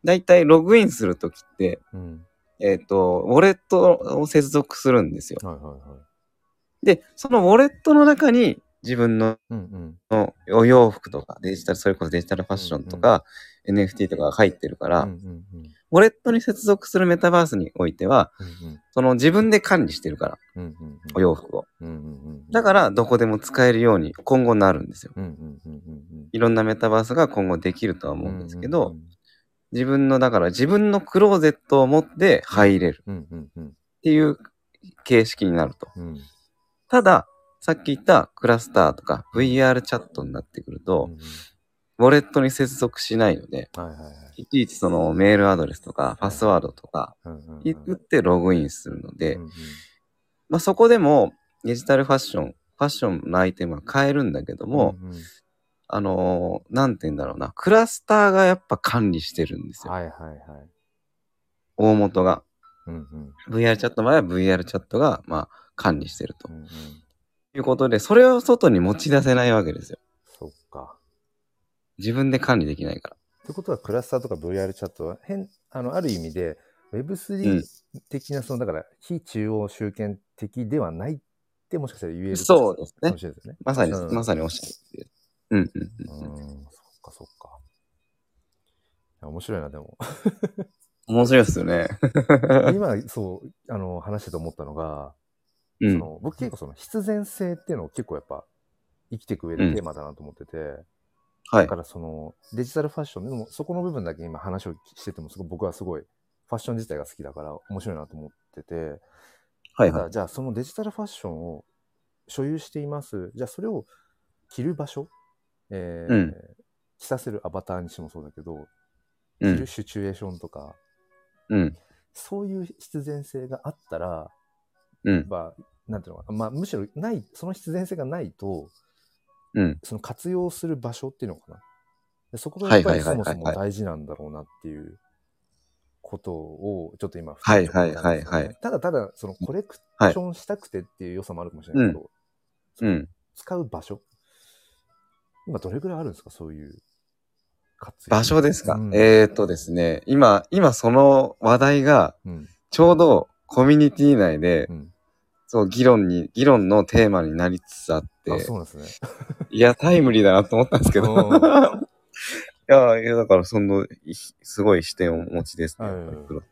[SPEAKER 2] だいたいログインするときって、
[SPEAKER 1] うん。
[SPEAKER 2] えっ、と、ウォレットを接続するんですよ。
[SPEAKER 1] はいはいはい。
[SPEAKER 2] で、そのウォレットの中に自分の
[SPEAKER 1] うんうん。
[SPEAKER 2] のお洋服とかデジタル、それこそデジタルファッションとか、NFT とかが入ってるから、
[SPEAKER 1] うんうんうん
[SPEAKER 2] ウォレットに接続するメタバースにおいては、
[SPEAKER 1] うん
[SPEAKER 2] その自分で管理してるから、
[SPEAKER 1] うんうんうん
[SPEAKER 2] お洋服を。
[SPEAKER 1] うんうんうん
[SPEAKER 2] だから、どこでも使えるように今後なるんですよ。
[SPEAKER 1] うんうんうんうん
[SPEAKER 2] いろんなメタバースが今後できるとは思うんですけ
[SPEAKER 1] う
[SPEAKER 2] ど、
[SPEAKER 1] んうん
[SPEAKER 2] 自分の、だから自分のクローゼットを持って入れる
[SPEAKER 1] うんうんうん
[SPEAKER 2] っていう形式になると。
[SPEAKER 1] うんうん
[SPEAKER 2] ただ、さっき言ったクラスターとか VR チャットになってくると、ウォレットに接続しないので、
[SPEAKER 1] はいはいはい
[SPEAKER 2] いちいちそのメールアドレスとか、パスワードとか、
[SPEAKER 1] うんうんうん
[SPEAKER 2] い打ってログインするので
[SPEAKER 1] うんう、ん
[SPEAKER 2] まあそこでもデジタルファッション、ファッションのアイテムは買えるんだけども、
[SPEAKER 1] うんうん
[SPEAKER 2] あのーなんて言うんだろうな、クラスターがやっぱ管理してるんですよ。
[SPEAKER 1] はいはいはい。
[SPEAKER 2] 大元が。
[SPEAKER 1] うんうん。
[SPEAKER 2] VR チャット前は VR チャットが、まあ、管理してると
[SPEAKER 1] うんうん、
[SPEAKER 2] いうことで、それを外に持ち出せないわけですよ。
[SPEAKER 1] そっか。
[SPEAKER 2] 自分で管理できないから。
[SPEAKER 1] ってことは、クラスターとか VR チャットは、変、あの、ある意味で、
[SPEAKER 2] う
[SPEAKER 1] Web3
[SPEAKER 2] ん
[SPEAKER 1] 的な、その、だから、非中央集権的ではないって、もしかしたら言える。
[SPEAKER 2] そうですね
[SPEAKER 1] かもしれないですね。
[SPEAKER 2] まさに、
[SPEAKER 1] うん
[SPEAKER 2] まさにおっしゃってる。うんうんうん。
[SPEAKER 1] うん、そっかそっか。いや面白いな、で
[SPEAKER 2] [LAUGHS]
[SPEAKER 1] も。
[SPEAKER 2] 面白いです
[SPEAKER 1] [LAUGHS]
[SPEAKER 2] よね。
[SPEAKER 1] 今、そう、あの、話してて思ったのが、
[SPEAKER 2] う
[SPEAKER 1] そ
[SPEAKER 2] ん。
[SPEAKER 1] の僕結構その必然性っていうのを結構やっぱ生きていく上でテーマだなと思ってて、
[SPEAKER 2] は
[SPEAKER 1] だ
[SPEAKER 2] い
[SPEAKER 1] か。らそのデジタルファッションでもそこの部分だけ今話をしててもすごい僕はすごいファッション自体が好きだから面白いなと思ってて、
[SPEAKER 2] はい
[SPEAKER 1] た
[SPEAKER 2] は
[SPEAKER 1] だじゃあそのデジタルファッションを所有していますじゃあそれを着る場所、えー
[SPEAKER 2] うん
[SPEAKER 1] 着させるアバターにしてもそうだけど
[SPEAKER 2] い。う
[SPEAKER 1] 着る
[SPEAKER 2] ん。
[SPEAKER 1] シチュエーションとか、
[SPEAKER 2] うん。
[SPEAKER 1] そういう必然性があったら
[SPEAKER 2] うん。
[SPEAKER 1] まあ、なんていうのかな、まあ、むしろない、その必然性がないと、
[SPEAKER 2] うん。
[SPEAKER 1] その活用する場所っていうのかな。でそこが
[SPEAKER 2] は
[SPEAKER 1] やっ
[SPEAKER 2] い
[SPEAKER 1] ぱ
[SPEAKER 2] はい
[SPEAKER 1] り
[SPEAKER 2] は
[SPEAKER 1] そ
[SPEAKER 2] いはい
[SPEAKER 1] も
[SPEAKER 2] はい
[SPEAKER 1] そも大事なんだろうなっていうことを、ちょっと今、
[SPEAKER 2] はいはいはいはい
[SPEAKER 1] ただただ、そのコレクションしたくてっていう良さもあるかもしれないけど、
[SPEAKER 2] うん。
[SPEAKER 1] 使う場所。今、どれぐらいあるんですか、そういう活用。
[SPEAKER 2] 場所ですか、
[SPEAKER 1] うん
[SPEAKER 2] えー、っとですね、今、今その話題が、
[SPEAKER 1] うん。
[SPEAKER 2] ちょうどコミュニティ内で
[SPEAKER 1] う、ん。
[SPEAKER 2] そう、議論に、議論のテーマになりつつあって、
[SPEAKER 1] あ、そうなんですね。
[SPEAKER 2] いや、タイムリーだなと思ったんですけど、 [LAUGHS]
[SPEAKER 1] うん
[SPEAKER 2] いや、いや、だから、その、いすごい視点をお持ちですね。
[SPEAKER 1] はい
[SPEAKER 2] やっぱり黒田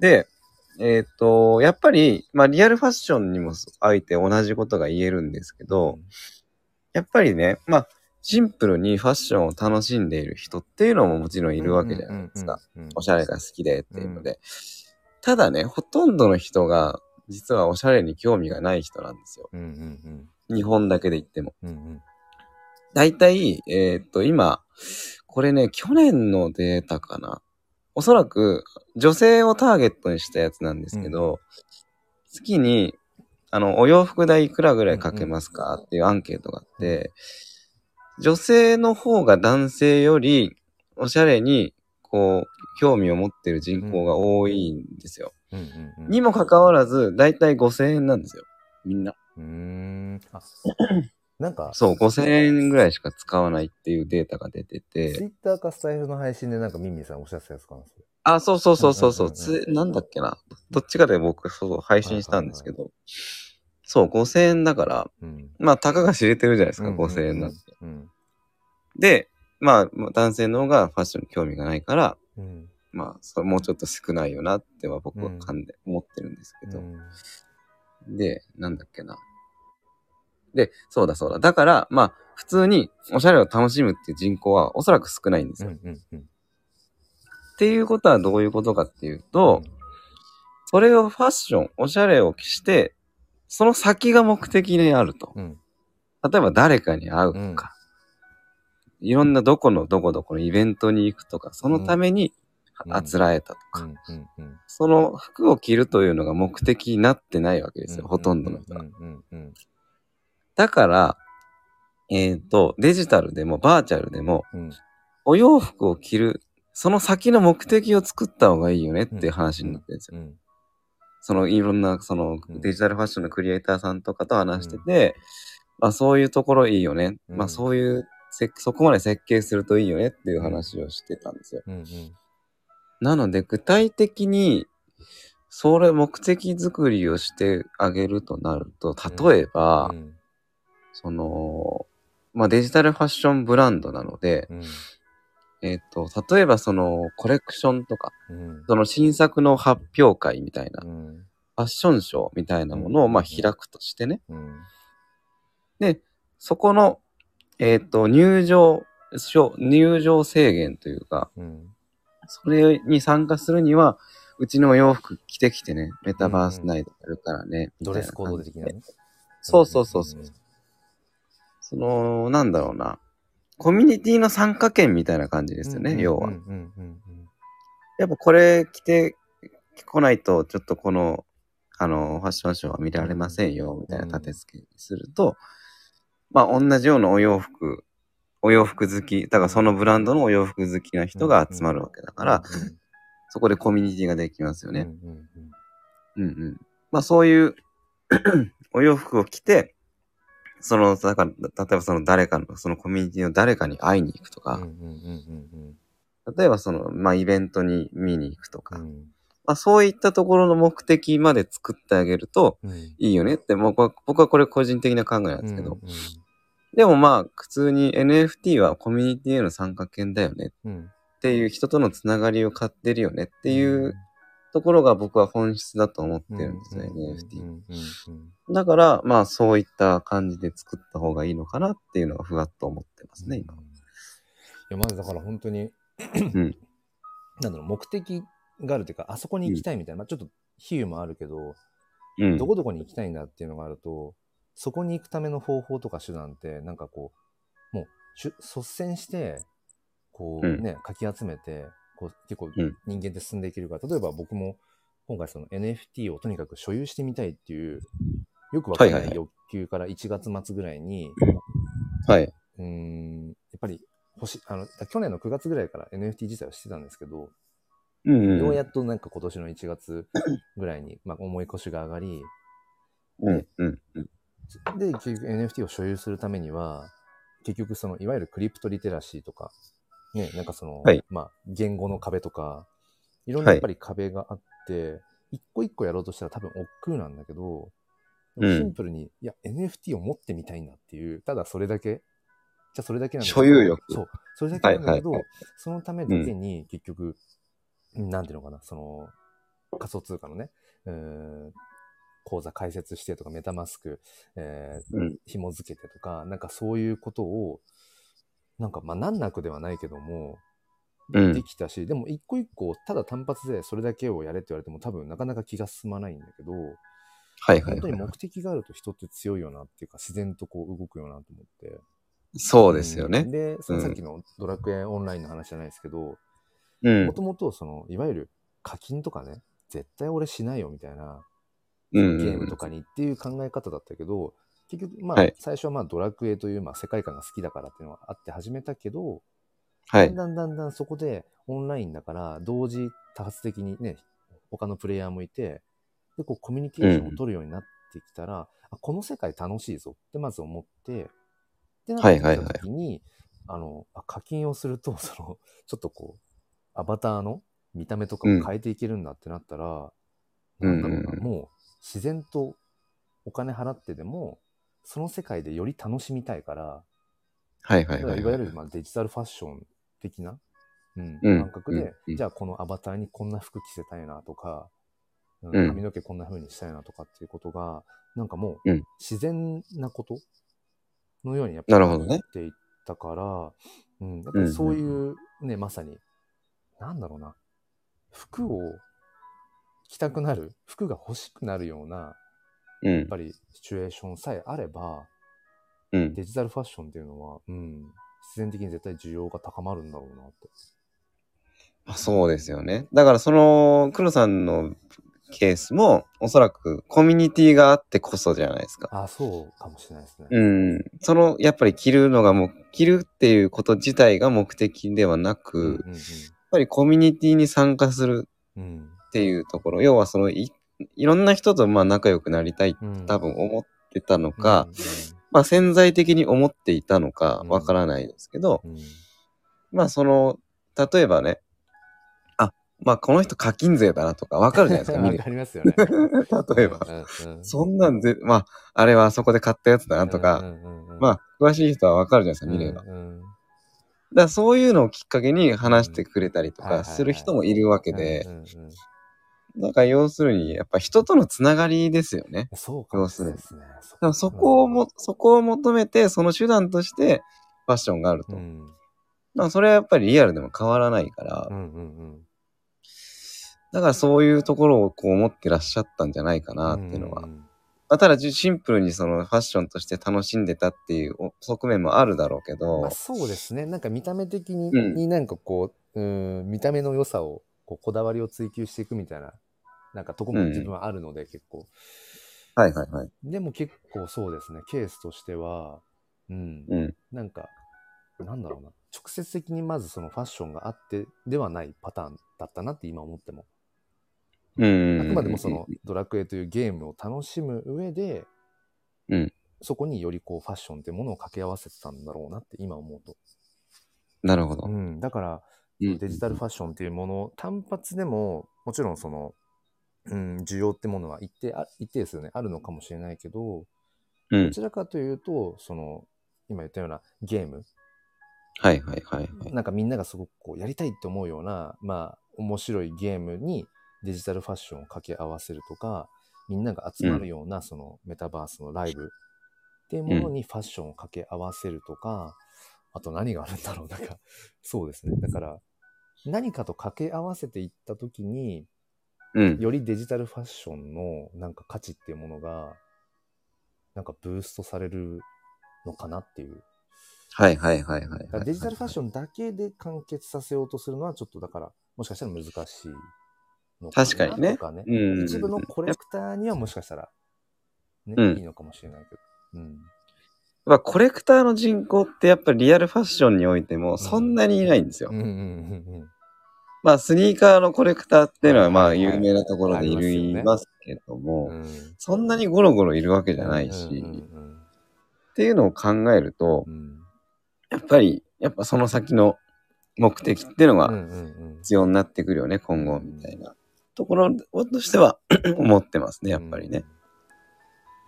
[SPEAKER 2] で、えっ、と、やっぱり、まあ、リアルファッションにもあえて同じことが言えるんですけど、やっぱりね、まあ、シンプルにファッションを楽しんでいる人っていうのももちろんいるわけじゃないですか。。
[SPEAKER 1] うんうんうんうん
[SPEAKER 2] おしゃれが好きでっていうので。ただね、ほとんどの人が、実はおしゃれに興味がない人なんですよ。
[SPEAKER 1] うんうん
[SPEAKER 2] 日本だけで言っても。
[SPEAKER 1] うんうん
[SPEAKER 2] 大体、えーっと、今、これね、去年のデータかな。おそらく、女性をターゲットにしたやつなんですけど、月に、あの、お洋服代いくらぐらいかけますかっていうアンケートがあって、女性の方が男性より、おしゃれに、こう、興味を持ってる人口が多いんですよ。
[SPEAKER 1] うんうんうん。
[SPEAKER 2] にもかかわらず、だいたい5000円なんですよ。みんな。
[SPEAKER 1] うーん。あ、なんか、
[SPEAKER 2] そう、5000円ぐらいしか使わないっていうデータが出てて。
[SPEAKER 1] ツイッターかスタイフの配信でなんかミンミンさんおっしゃってたやつかな。それ
[SPEAKER 2] あ、そうそうそうそうそうう、
[SPEAKER 1] んうんうんうん
[SPEAKER 2] つなんだっけな。どっちかで僕、そう、配信したんですけど。そう、5000円だから、
[SPEAKER 1] うん。
[SPEAKER 2] まあ、たかが知れてるじゃないですか、
[SPEAKER 1] うんうんうん
[SPEAKER 2] 5000円なんて。
[SPEAKER 1] うん。
[SPEAKER 2] で、まあ、男性の方がファッションに興味がないから、
[SPEAKER 1] うん。
[SPEAKER 2] まあ、それもうちょっと少ないよなっては僕は勘で思ってるんですけど。
[SPEAKER 1] うん
[SPEAKER 2] で、なんだっけな。で、そうだそうだ。だから、まあ、普通におしゃれを楽しむっていう人口はおそらく少ないんです
[SPEAKER 1] う
[SPEAKER 2] よ。
[SPEAKER 1] んうんうん。
[SPEAKER 2] っていうことはどういうことかっていうと、それをファッション、おしゃれをして、その先が目的にあると。
[SPEAKER 1] うん。
[SPEAKER 2] 例えば誰かに会うとか、いろんなどこのどこどこのイベントに行くとか、そのために
[SPEAKER 1] うん
[SPEAKER 2] あつらえたと
[SPEAKER 1] う
[SPEAKER 2] か、
[SPEAKER 1] んうんうん。
[SPEAKER 2] その服を着るというのが目的になってないわけで
[SPEAKER 1] です
[SPEAKER 2] よ、ほとんどの人
[SPEAKER 1] う
[SPEAKER 2] は。
[SPEAKER 1] んうんうん
[SPEAKER 2] だから、えっ、と、デジタルでもバーチャルでも、
[SPEAKER 1] うん。
[SPEAKER 2] お洋服を着る、その先の目的を作った方がいいよねっていう話になってるんですよ
[SPEAKER 1] うん
[SPEAKER 2] そのいろんなその
[SPEAKER 1] うん
[SPEAKER 2] デジタルファッションのクリエイターさんとかと話してて、まあそういうところいいよね。
[SPEAKER 1] うん
[SPEAKER 2] まあそういうせ、そこまで設計するといいよねっていう話をしてたんですよ。
[SPEAKER 1] うんうん。
[SPEAKER 2] なので具体的に、それ目的作りをしてあげるとなると、例えば、
[SPEAKER 1] うん
[SPEAKER 2] その、まあデジタルファッションブランドなので、
[SPEAKER 1] うん
[SPEAKER 2] えっ、と、例えばそのコレクションとか、
[SPEAKER 1] うん
[SPEAKER 2] その新作の発表会みたいな、フ
[SPEAKER 1] うん
[SPEAKER 2] ァッションショーみたいなものをまあ
[SPEAKER 1] うん
[SPEAKER 2] 開くとしてね、
[SPEAKER 1] うん
[SPEAKER 2] で、そこの、えっ、と、入場、しょ入場制限というか、
[SPEAKER 1] うん
[SPEAKER 2] それに参加するには、うちの洋服着てきてね、メタバース内でやるからね、み
[SPEAKER 1] ド
[SPEAKER 2] たいな
[SPEAKER 1] レスコード的な
[SPEAKER 2] 感じで
[SPEAKER 1] ね。
[SPEAKER 2] そうそうそうそう。
[SPEAKER 1] ん
[SPEAKER 2] その、なんだろうな。コミュニティの参加権みたいな感じですよね、
[SPEAKER 1] うん
[SPEAKER 2] 要は
[SPEAKER 1] うん。うんうんうん
[SPEAKER 2] やっぱこれ着てこないと、ちょっとこの、あの、ファッションショーは見られませんよ、みたいな立て付けにすると、まあ、同じようなお洋服、お洋服好き、だからそのブランドのお洋服好きな人が集まるわけだから、そこでコミュニティができますよ
[SPEAKER 1] うんうん、
[SPEAKER 2] ね。
[SPEAKER 1] うんうんうん
[SPEAKER 2] うんうん。まあ、そういう、 [CLEARS THROAT] お洋服を着て、その、だから、例えばその誰かの、そのコミュニティの誰かに会いに行くと
[SPEAKER 1] う
[SPEAKER 2] か
[SPEAKER 1] ん、うんうん
[SPEAKER 2] 例えばその、まあ、イベントに見に行くとか
[SPEAKER 1] う、ん
[SPEAKER 2] まあ、そういったところの目的まで作ってあげると
[SPEAKER 1] うんうん
[SPEAKER 2] いいよねって、もうこれ僕はこれ個人的な考えなんですけど、
[SPEAKER 1] うん
[SPEAKER 2] でもまあ、普通に NFT はコミュニティへの参加権だよね
[SPEAKER 1] うんうん
[SPEAKER 2] っていう人とのつながりを買ってるよねってい
[SPEAKER 1] うん
[SPEAKER 2] うところが僕は本質だと思ってるんですね、
[SPEAKER 1] うんうんうんう
[SPEAKER 2] NFT。
[SPEAKER 1] んうん
[SPEAKER 2] だから、まあそういった感じで作った方がいいのかなっていうのがふわっと思ってますね、今
[SPEAKER 1] う。んいやまずだから本当に、
[SPEAKER 2] ん
[SPEAKER 1] なんだろう目的があるというかあそこに行きたいみたいな、まあ、ちょっと比喩もあるけど、
[SPEAKER 2] うん
[SPEAKER 1] ど。こどこに行きたいんだっていうのがあるとそこに行くための方法とか手段ってなんかこうもうしゅ率先してこう
[SPEAKER 2] うん
[SPEAKER 1] ね、かき集めてこう結構
[SPEAKER 2] うん
[SPEAKER 1] 人間って進んでいけるから、例えば僕も今回その NFT をとにかく所有してみたいっていうよくわから
[SPEAKER 2] はい
[SPEAKER 1] な
[SPEAKER 2] はいい
[SPEAKER 1] 欲求から1月末ぐらいに、
[SPEAKER 2] はい。
[SPEAKER 1] うーんやっぱり欲しあの去年の9月ぐらいから NFT 自体をしてたんですけど、
[SPEAKER 2] うんうん。
[SPEAKER 1] ようやっとなんか今年の1月ぐらいに、まあ、重い腰が上がり
[SPEAKER 2] うんうんうん。
[SPEAKER 1] で結局 NFT を所有するためには結局そのいわゆるクリプトリテラシーとか、ね、なんかその、
[SPEAKER 2] はい
[SPEAKER 1] まあ、言語の壁とかいろん
[SPEAKER 2] は
[SPEAKER 1] ないやっぱり壁があって、一個一個やろうとしたら多分億劫なんだけどで
[SPEAKER 2] う
[SPEAKER 1] も
[SPEAKER 2] ん
[SPEAKER 1] シンプルに、いや、NFT を持ってみたいなっていう、ただそれだけ、じゃあそれだけなんだけど
[SPEAKER 2] 所有欲
[SPEAKER 1] そう、それだけなんだけど、
[SPEAKER 2] はいはい
[SPEAKER 1] そのためだけに、結局、なんていうのかな、その、仮想通貨のね、うーん、口座開設してとか、メタマスク、えー
[SPEAKER 2] うん
[SPEAKER 1] 紐付けてとか、なんかそういうことを、なんかまあ難なくではないけども、
[SPEAKER 2] うん
[SPEAKER 1] できたし、でも一個一個、ただ単発でそれだけをやれって言われても多分なかなか気が進まないんだけど、
[SPEAKER 2] はいはい
[SPEAKER 1] 本当
[SPEAKER 2] は
[SPEAKER 1] に
[SPEAKER 2] い。
[SPEAKER 1] 目的があると人って強いよなっていうか、自然とこう動くよなと思って。
[SPEAKER 2] そうですよ
[SPEAKER 1] う
[SPEAKER 2] ね
[SPEAKER 1] ん。で、その
[SPEAKER 2] うん
[SPEAKER 1] さっきのドラクエオンラインの話じゃないですけど、
[SPEAKER 2] うん
[SPEAKER 1] も。ともとその、いわゆる課金とかね、絶対俺しないよみたいな、
[SPEAKER 2] う
[SPEAKER 1] ゲーム
[SPEAKER 2] ん
[SPEAKER 1] と。かにっていう考え方だったけど、結局、ま
[SPEAKER 2] は
[SPEAKER 1] あ
[SPEAKER 2] い、
[SPEAKER 1] 最初はまあドラクエというまあ世界観が好きだからっていうのはあって始めたけど、
[SPEAKER 2] は
[SPEAKER 1] だん
[SPEAKER 2] い。
[SPEAKER 1] だんだんだんそこでオンラインだから同時多発的にね他のプレイヤーもいてでこうコミュニケーションを取るようになってきたら、あこの世界楽しいぞってまず思ってでなんか
[SPEAKER 2] はいはいはい
[SPEAKER 1] 来た時にあのあ課金をすると [LAUGHS] そのちょっとこうアバターの見た目とかを変えていけるんだってなったら、
[SPEAKER 2] うん
[SPEAKER 1] なんだろうな、
[SPEAKER 2] うん
[SPEAKER 1] もう自然とお金払ってでもその世界でより楽しみたいから
[SPEAKER 2] はい
[SPEAKER 1] だ
[SPEAKER 2] はい
[SPEAKER 1] から
[SPEAKER 2] はい。
[SPEAKER 1] いわゆるまあデジタルファッション的な、うん
[SPEAKER 2] うん
[SPEAKER 1] 感覚で、
[SPEAKER 2] うん
[SPEAKER 1] じゃあこのアバターにこんな服着せたいなとか、うん
[SPEAKER 2] うん
[SPEAKER 1] 髪の毛こんな風にしたいなとかっていうことが、なんかも
[SPEAKER 2] うん
[SPEAKER 1] う自然なことのようにやっぱ
[SPEAKER 2] なるほど
[SPEAKER 1] なっ
[SPEAKER 2] ね
[SPEAKER 1] ていったから、うん、やっぱりそういうね、まさに、なんだろうな、服を着たくなる、服が欲しくなるような、
[SPEAKER 2] う
[SPEAKER 1] や
[SPEAKER 2] ん
[SPEAKER 1] っ。ぱりシチュエーションさえあれば、
[SPEAKER 2] うん。
[SPEAKER 1] デジタルファッションっていうのは、うん、必然的に絶対需要が高まるんだろうなって。
[SPEAKER 2] まあそうですよね。だからその、黒さんのケースも、おそらくコミュニティがあってこそじゃないですか。
[SPEAKER 1] あ、そうかもしれないですね。
[SPEAKER 2] うん。その、やっぱり着るのがもう、着るっていうこと自体が目的ではなく、
[SPEAKER 1] うん
[SPEAKER 2] やっぱりコミュニティに参加する
[SPEAKER 1] うんうん。
[SPEAKER 2] っていうところ、要はそのい、いろんな人とまあ仲良くなりたいって
[SPEAKER 1] うん。
[SPEAKER 2] 多分思ってたの
[SPEAKER 1] うん、
[SPEAKER 2] か、まあ潜在的に思っていたのか
[SPEAKER 1] うん
[SPEAKER 2] わからないですけど、
[SPEAKER 1] うん、うん。
[SPEAKER 2] まあその、例えばね、あ、まあこの人課金税だなとかわかるじ
[SPEAKER 1] [LAUGHS]
[SPEAKER 2] ゃないですか、見
[SPEAKER 1] わ
[SPEAKER 2] る
[SPEAKER 1] かりますよね。
[SPEAKER 2] と [LAUGHS] 例えば。
[SPEAKER 1] うんうん、
[SPEAKER 2] そんなんぜ、まあ、あれはあそこで買ったやつだなとか、
[SPEAKER 1] うんうんうんうん、
[SPEAKER 2] まあ、詳しい人はわかるじゃないです
[SPEAKER 1] う
[SPEAKER 2] か、
[SPEAKER 1] ん、
[SPEAKER 2] 見れば。だか
[SPEAKER 1] うんうん、
[SPEAKER 2] らそういうのをきっかけに話してくれたりと
[SPEAKER 1] うんはい
[SPEAKER 2] か
[SPEAKER 1] はいはい
[SPEAKER 2] する人もいるわけで
[SPEAKER 1] う、んうんうん、
[SPEAKER 2] なんか要するに、やっぱ人とのつながりですよね。
[SPEAKER 1] そうかもしれないですね。
[SPEAKER 2] でもそこをも、そこを求めて、その手段としてファッションがあると。
[SPEAKER 1] う
[SPEAKER 2] だか
[SPEAKER 1] ん、
[SPEAKER 2] らそれはやっぱりリアルでも変わらないから
[SPEAKER 1] う、んうんうん。
[SPEAKER 2] だからそういうところをこう思ってらっしゃったんじゃないかなっていうのは
[SPEAKER 1] ん。ん
[SPEAKER 2] まあ、ただじシンプルにそのファッションとして楽しんでたっていうお側面もあるだろうけ
[SPEAKER 1] うんま
[SPEAKER 2] ど
[SPEAKER 1] あ、そうですね。なんか見た目的に、
[SPEAKER 2] うん
[SPEAKER 1] になんかこう、うん、見た目の良さを、こうこだわりを追求していくみたいな、なんかとこも自分はあるので、結構。
[SPEAKER 2] はいはいはい。
[SPEAKER 1] でも結構そうですね、ケースとしては、うん、
[SPEAKER 2] うん。
[SPEAKER 1] なんか、なんだろうな、直接的にまずそのファッションがあってではないパターンだったなって今思っても、
[SPEAKER 2] うん。
[SPEAKER 1] あくまでもそのドラクエというゲームを楽しむ上で、
[SPEAKER 2] うん
[SPEAKER 1] そこによりこうファッションってものを掛け合わせてたんだろうなって今思うと。
[SPEAKER 2] なるほど
[SPEAKER 1] う。ん、だから、
[SPEAKER 2] デ
[SPEAKER 1] デジタルファッションっていうもの、単発でも、もちろんその、うん、需要ってものは一定、あ一定ですよね、あるのかもしれないけど、
[SPEAKER 2] うん
[SPEAKER 1] どちらかというと、その、今言ったようなゲーム、
[SPEAKER 2] はいはいはいはい。
[SPEAKER 1] なんかみんながすごくこう、やりたいって思うような、まあ、面白いゲームにデジタルファッションを掛け合わせるとか、みんなが集まるような、その、メタバースのライブっていうものにファッションを掛け合わせるとか、あと何があるんだろう、なんか、 [LAUGHS] そうですね。だから、何かと掛け合わせていったときに、
[SPEAKER 2] うん。
[SPEAKER 1] よりデジタルファッションのなんか価値っていうものが、なんかブーストされるのかなっていう。
[SPEAKER 2] はいはいはいは
[SPEAKER 1] だ
[SPEAKER 2] い
[SPEAKER 1] から
[SPEAKER 2] はい。
[SPEAKER 1] デジタルファッションだけで完結させようとするのはちょっとだから、もしかしたら難しいのかな
[SPEAKER 2] 確かにね
[SPEAKER 1] とかね。
[SPEAKER 2] うん
[SPEAKER 1] 一部のコレクターにはもしかしたら、ね、
[SPEAKER 2] うん
[SPEAKER 1] いいのかもしれないけど。うん。
[SPEAKER 2] まあコレクターの人口ってやっぱりリアルファッションにおいてもそんなにいないんですよ。
[SPEAKER 1] うんうんうんうん。
[SPEAKER 2] まあスニーカーのコレクターっていうのはま
[SPEAKER 1] は
[SPEAKER 2] あ
[SPEAKER 1] いはいはい
[SPEAKER 2] 有名なところでい
[SPEAKER 1] ありますよ
[SPEAKER 2] る
[SPEAKER 1] ね
[SPEAKER 2] ますけども、
[SPEAKER 1] うん
[SPEAKER 2] そんなにゴロゴロいるわけじゃないし、
[SPEAKER 1] うんうん
[SPEAKER 2] っていうのを考えると
[SPEAKER 1] う、ん
[SPEAKER 2] やっぱり、やっぱその先の目的っていうの
[SPEAKER 1] うんう
[SPEAKER 2] が
[SPEAKER 1] んうんうん
[SPEAKER 2] 必要になってくるよね、今
[SPEAKER 1] [COUGHS]
[SPEAKER 2] 後みたいなところとしては思ってますね、やっぱりね。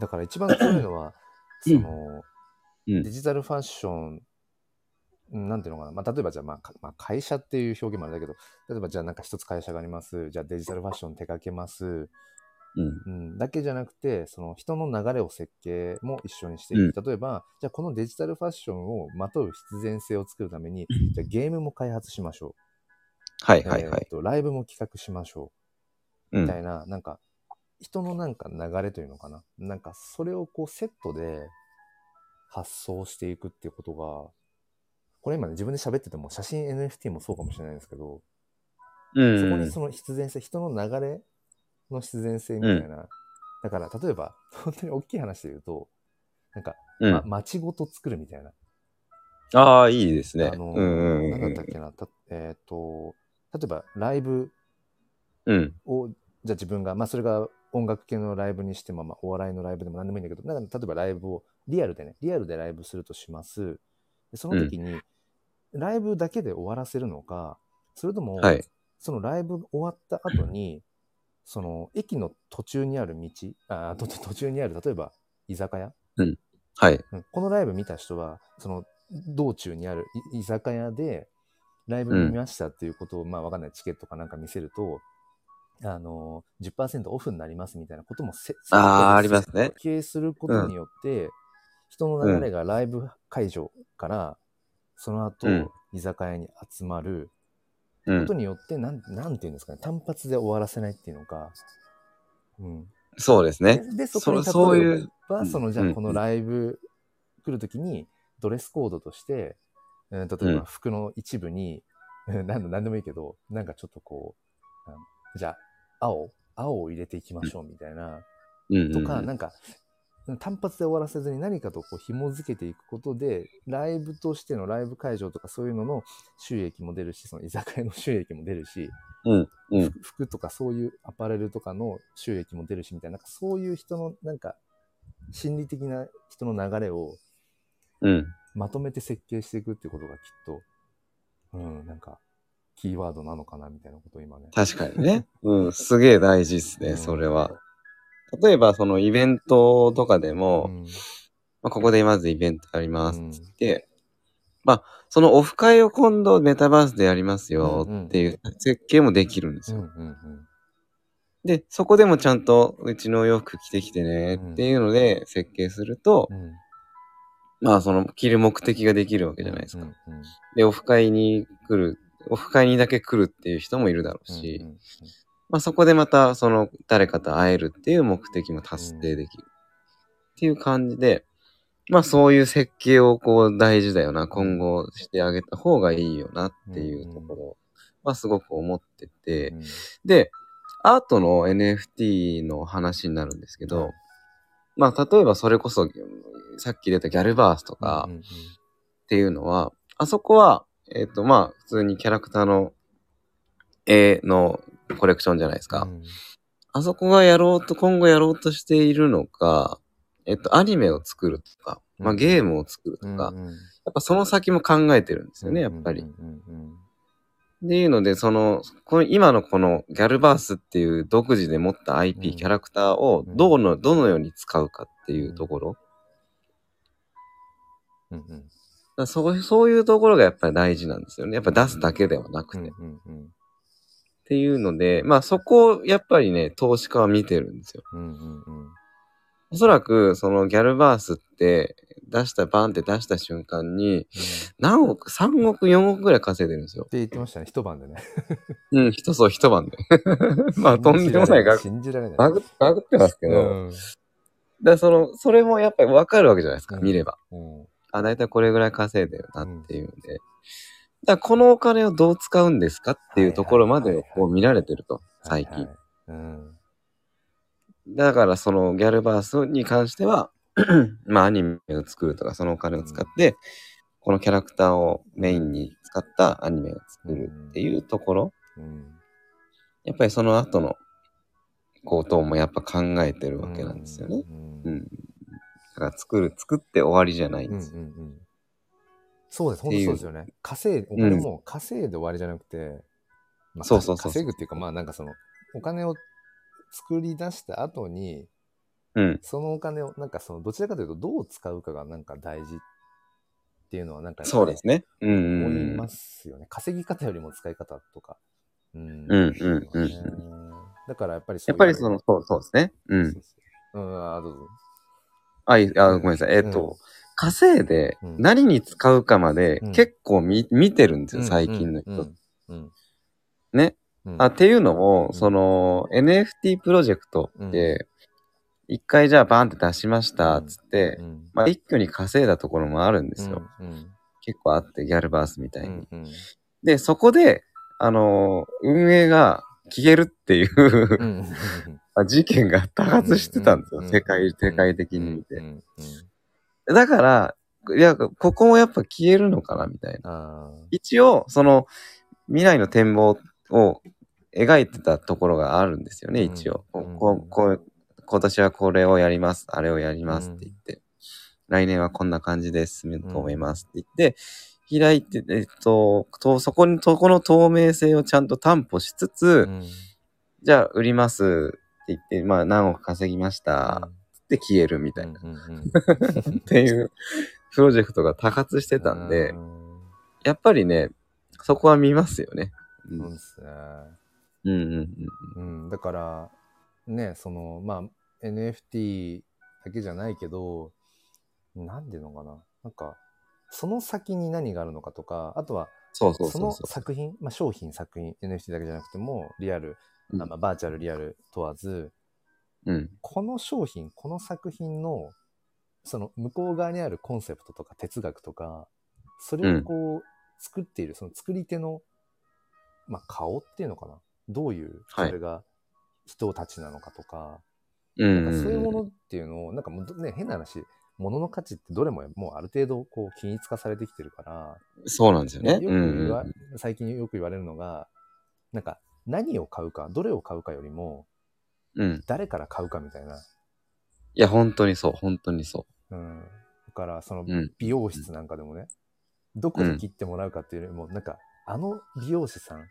[SPEAKER 1] だから一番怖いのは、その、
[SPEAKER 2] うん
[SPEAKER 1] デジタルファッション、うんなんていうのかな、まあ、例えばじゃあ、まあかまあ、会社っていう表現もあれだけど、例えばじゃあなんか一つ会社があります、じゃあデジタルファッション手掛けます、
[SPEAKER 2] うん。
[SPEAKER 1] うん、だけじゃなくて、その人の流れを設計も一緒にしていく。例えば、じゃあこのデジタルファッションをまとう必然性を作るために、じゃあゲームも開発しましょ。
[SPEAKER 2] はいうはいは
[SPEAKER 1] え
[SPEAKER 2] い
[SPEAKER 1] ー。とライブも企画しましょ
[SPEAKER 2] う
[SPEAKER 1] う。
[SPEAKER 2] ん
[SPEAKER 1] みた。いな、なんか、人のなんか流れというのかな。なんか、それをこうセットで発想していくっていうことが、これ今ね、自分で喋ってても、写真 NFT もそうかもしれないですけど、
[SPEAKER 2] う
[SPEAKER 1] そこ
[SPEAKER 2] ん
[SPEAKER 1] に。その必然性、人の流れの必然性みたいな。だから、例えば、本当に大きい話で言うと、なんか、
[SPEAKER 2] う
[SPEAKER 1] ま
[SPEAKER 2] ん、
[SPEAKER 1] 街ごと作るみたいな。
[SPEAKER 2] ああ、いいですね。
[SPEAKER 1] あの、
[SPEAKER 2] うんうん
[SPEAKER 1] なん
[SPEAKER 2] う
[SPEAKER 1] だっ
[SPEAKER 2] ん
[SPEAKER 1] たっけな、たえっ、と、例えばライブ
[SPEAKER 2] うん。
[SPEAKER 1] を、じゃあ自分が、まあそれが音楽系のライブにしても、まあお笑いのライブでも何でもいいんだけど、なんか例えばライブをリアルでね、リアルでライブするとします。でその時に、ライブだけで終わらせるのか、それとも、
[SPEAKER 2] はい。
[SPEAKER 1] そのライブ終わった後に、その駅の途中にある道、あ途途中にある、例えば居酒屋、
[SPEAKER 2] はい。
[SPEAKER 1] うんこのライブ見た人は、その道中にあるい居酒屋で、ライブ見ましたっていうことを、まあわかんない、チケットかなんか見せると、あのー、10%オフになりますみたいなこともせ、
[SPEAKER 2] あー
[SPEAKER 1] せ
[SPEAKER 2] ありますね
[SPEAKER 1] 設計することによって、人の流れがライブ会場から、その後、
[SPEAKER 2] うん
[SPEAKER 1] 居酒屋に集まる
[SPEAKER 2] う
[SPEAKER 1] こ
[SPEAKER 2] ん
[SPEAKER 1] と。によって、なん、なんていうんですかね、単発で終わらせないっていうのか、うん。
[SPEAKER 2] そうですね。
[SPEAKER 1] で、でそこに例えば、
[SPEAKER 2] そそういううん
[SPEAKER 1] そのじゃ
[SPEAKER 2] う
[SPEAKER 1] あ
[SPEAKER 2] ん
[SPEAKER 1] このライブ来るときにドレスコードとして、うん、例え
[SPEAKER 2] うん
[SPEAKER 1] ば服の一部に、うん、なんなんでもいいけど、なんかちょっとこう、うんじゃあ青、青を入れていきましょうみたいな、
[SPEAKER 2] うんう
[SPEAKER 1] と
[SPEAKER 2] ん
[SPEAKER 1] か、
[SPEAKER 2] う。
[SPEAKER 1] なんんか、単発で終わらせずに何かとこう紐づけていくことで、ライブとしてのライブ会場とかそういうのの収益も出るし、その居酒屋の収益も出るし、
[SPEAKER 2] うんうん
[SPEAKER 1] ふ服とかそういうアパレルとかの収益も出るしみたいな、なんかそういう人の、なんか、心理的な人の流れを
[SPEAKER 2] うん。
[SPEAKER 1] まとめて設計していくっていうことがきっと、うん、なんか、キーワードなのかなみたいなことを今ね。
[SPEAKER 2] 確かに
[SPEAKER 1] [LAUGHS]
[SPEAKER 2] ね。うん。すげえ大事です
[SPEAKER 1] う
[SPEAKER 2] ね、
[SPEAKER 1] ん
[SPEAKER 2] それは。例えば、そのイベントとかでも、
[SPEAKER 1] うん
[SPEAKER 2] まあ、ここでまずイベントやります
[SPEAKER 1] うん
[SPEAKER 2] って言って、まあ、そのオフ会を今度メタバースでやりますよっていう設計もできるんです
[SPEAKER 1] うん
[SPEAKER 2] よ。
[SPEAKER 1] うん
[SPEAKER 2] で、そこでもちゃんとうちのお洋服着てきてねっていうので設計すると
[SPEAKER 1] う、ん。うん
[SPEAKER 2] まあその着る目的ができるわけじゃないですか。
[SPEAKER 1] うんうんうん
[SPEAKER 2] で、オフ会に来る、オフ会にだけ来るっていう人もいるだろうし、
[SPEAKER 1] うんうんうん
[SPEAKER 2] まあそこでまたその誰かと会えるっていう目的も達成できる。っていう感じで、まあそういう設計をこう大事だよな、今後してあげた方がいいよなっていうところを、まあすごく思ってて、で、アートの NFT の話になるんですけど、まあ例えばそれこそさっき出たギャルバースとか
[SPEAKER 1] うんうんうん
[SPEAKER 2] っていうのは、あそこは、えっ、とまあ普通にキャラクターの絵のコレクションじゃないですか。
[SPEAKER 1] うん
[SPEAKER 2] あそこがやろうと、今後やろうとしているのか、えっと、アニメを作るとか、まあ、
[SPEAKER 1] うん
[SPEAKER 2] ゲームを作ると
[SPEAKER 1] うん
[SPEAKER 2] か、
[SPEAKER 1] うんうん
[SPEAKER 2] やっぱその先も考えてるんですよね、やっぱり。
[SPEAKER 1] うん
[SPEAKER 2] っ
[SPEAKER 1] うん
[SPEAKER 2] ていうので、その、この今のこのギャルバースっていう独自で持った IP、
[SPEAKER 1] うん
[SPEAKER 2] キャラクターをどうの、どのように使うかっていうところ。だか
[SPEAKER 1] うんうんうん
[SPEAKER 2] らそうそういうところがやっぱり大事なんですよね。やっぱ出すだけではなくて。
[SPEAKER 1] うん
[SPEAKER 2] っ
[SPEAKER 1] うんうん
[SPEAKER 2] ていうので、まあそこをやっぱりね、投資家は見てるんですよ。
[SPEAKER 1] うんうんうん
[SPEAKER 2] おそらく、そのギャルバースって、出した、バンって出した瞬間に、何億、3億、4億ぐらい稼いでるんですよ
[SPEAKER 1] っ。て言ってましたね、一晩でね。
[SPEAKER 2] うん、一層一晩で。 [LAUGHS] まあ、とんでもない額、
[SPEAKER 1] 信じられない。
[SPEAKER 2] バグ、バグってますけど、だか
[SPEAKER 1] うん
[SPEAKER 2] らその、それもやっぱりわかるわけじゃないですか、
[SPEAKER 1] うん
[SPEAKER 2] 見れば。
[SPEAKER 1] うん
[SPEAKER 2] あ、だいたいこれぐらい稼いでるなっていうので。だからこのお金をどう使うんですかっていうところま
[SPEAKER 1] はい
[SPEAKER 2] で
[SPEAKER 1] はいはいはい
[SPEAKER 2] こう見られてると、最
[SPEAKER 1] はい
[SPEAKER 2] 近
[SPEAKER 1] は。いうん
[SPEAKER 2] だからそのギャルバースに関しては、 [CLEARS THROAT] まあアニメを作るとか、そのお金を使って、このキャラクターをメインに使ったアニメを作るっていうところ、
[SPEAKER 1] うん
[SPEAKER 2] やっぱりその後のこともやっぱ考えてるわけなんですよね。
[SPEAKER 1] うん
[SPEAKER 2] うん。だから作る、作って終わりじゃないん
[SPEAKER 1] うんう
[SPEAKER 2] で
[SPEAKER 1] ん
[SPEAKER 2] すよ。
[SPEAKER 1] うんそうです、
[SPEAKER 2] っ
[SPEAKER 1] 本
[SPEAKER 2] て
[SPEAKER 1] 当
[SPEAKER 2] いう
[SPEAKER 1] そうですよね。稼い、お金も稼いで終わりじゃなくて、まあ
[SPEAKER 2] そうそうそうそう
[SPEAKER 1] 稼ぐっていうか、まあなんかその、お金を作り出した後に、
[SPEAKER 2] うん。
[SPEAKER 1] そのお金を、なんかその、どちらかというと、どう使うかがなんか大事っていうのは、なんか、
[SPEAKER 2] そうですね。うん
[SPEAKER 1] 思
[SPEAKER 2] う
[SPEAKER 1] い
[SPEAKER 2] んう
[SPEAKER 1] ま
[SPEAKER 2] ん。
[SPEAKER 1] すよね。稼ぎ方よりも使い方とか。うん
[SPEAKER 2] うんうんうん
[SPEAKER 1] そうだねだからやっぱりう
[SPEAKER 2] やっぱりその、そうそうですね。う。
[SPEAKER 1] そ
[SPEAKER 2] ん
[SPEAKER 1] う。そううん、あ、どうぞ。
[SPEAKER 2] あ、いいあごめんなさい。えっ、と、稼いで
[SPEAKER 1] うん
[SPEAKER 2] 何に使うかまで
[SPEAKER 1] うん
[SPEAKER 2] 結構見,、見てるんです
[SPEAKER 1] うん、
[SPEAKER 2] よ、最近の人。
[SPEAKER 1] うん。うん
[SPEAKER 2] ね。
[SPEAKER 1] うん
[SPEAKER 2] あ、っていうのも、
[SPEAKER 1] うん
[SPEAKER 2] その NFT プロジェクトって、一回じゃあバーンって出しました、つって、
[SPEAKER 1] うん
[SPEAKER 2] まあ一挙に稼いだところもあるんですよ。
[SPEAKER 1] うん
[SPEAKER 2] 結構あって、ギャルバースみた
[SPEAKER 1] う
[SPEAKER 2] いに。
[SPEAKER 1] んうん
[SPEAKER 2] で、そこで、あのー運営が消えるっていう
[SPEAKER 1] うんう
[SPEAKER 2] [LAUGHS]
[SPEAKER 1] ん
[SPEAKER 2] あ事件が多発してたんですよ。
[SPEAKER 1] うんうん
[SPEAKER 2] 世界、世界的に見
[SPEAKER 1] う
[SPEAKER 2] て。
[SPEAKER 1] んうん
[SPEAKER 2] だから、いや、ここもやっぱ消えるのかな、みたいな。
[SPEAKER 1] あ
[SPEAKER 2] 一応、その、未来の展望を描いてたところがあるんですよね、
[SPEAKER 1] うん
[SPEAKER 2] 一応。こ
[SPEAKER 1] うん
[SPEAKER 2] こうこう今年はこれをやります、あれをやりますって言って、来年はこんな感じで進めると思いますって言って、開いて、えっと、とそこに、そこの透明性をちゃんと担保しつつ、
[SPEAKER 1] ーうん
[SPEAKER 2] じゃあ売りますって言って、まあ何億稼ぎましたって消えるみたいな、
[SPEAKER 1] うん
[SPEAKER 2] [LAUGHS]
[SPEAKER 1] うんうん
[SPEAKER 2] っていうプロジェクトが多発してたんで、
[SPEAKER 1] うん
[SPEAKER 2] やっぱりね、そこは見ますよね。うん
[SPEAKER 1] そうですね。
[SPEAKER 2] うんうんうん。
[SPEAKER 1] うん、だから、ね、その、まあ、NFT だけじゃないけど、なんていうのかな。なんか、その先に何があるのかとか、あとは、
[SPEAKER 2] そうそう
[SPEAKER 1] そ
[SPEAKER 2] そう
[SPEAKER 1] の
[SPEAKER 2] そう。
[SPEAKER 1] 作品、まあ、商品、作品、NFT だけじゃなくても、リアル、
[SPEAKER 2] うん
[SPEAKER 1] あまあ、バーチャル、リアル問わず、
[SPEAKER 2] うん。
[SPEAKER 1] この商品、この作品の、その向こう側にあるコンセプトとか哲学とか、それをこう、作っている、その作り手の、まあ、顔っていうのかな。どういう、そ
[SPEAKER 2] はい
[SPEAKER 1] れが人たちなのかとか、
[SPEAKER 2] うん
[SPEAKER 1] なん
[SPEAKER 2] う
[SPEAKER 1] か
[SPEAKER 2] ん。
[SPEAKER 1] そういうものっていうのを、なんかもうどね、変な話、物の価値ってどれももうある程度こう均一化されてきてるから、
[SPEAKER 2] そうなんですよね。
[SPEAKER 1] よ
[SPEAKER 2] うん
[SPEAKER 1] く言
[SPEAKER 2] う
[SPEAKER 1] わ
[SPEAKER 2] ん。
[SPEAKER 1] 最近よく言われるのが、なんか何を買うか、どれを買うかよりも、
[SPEAKER 2] うん。
[SPEAKER 1] 誰から買うかみたいな。
[SPEAKER 2] いや、本当にそう、本当にそ
[SPEAKER 1] うん。だから、その
[SPEAKER 2] う。うん。
[SPEAKER 1] 美容室なんかでもね、どこで切ってもらうかっていうよりも、なんか、あの美容師さん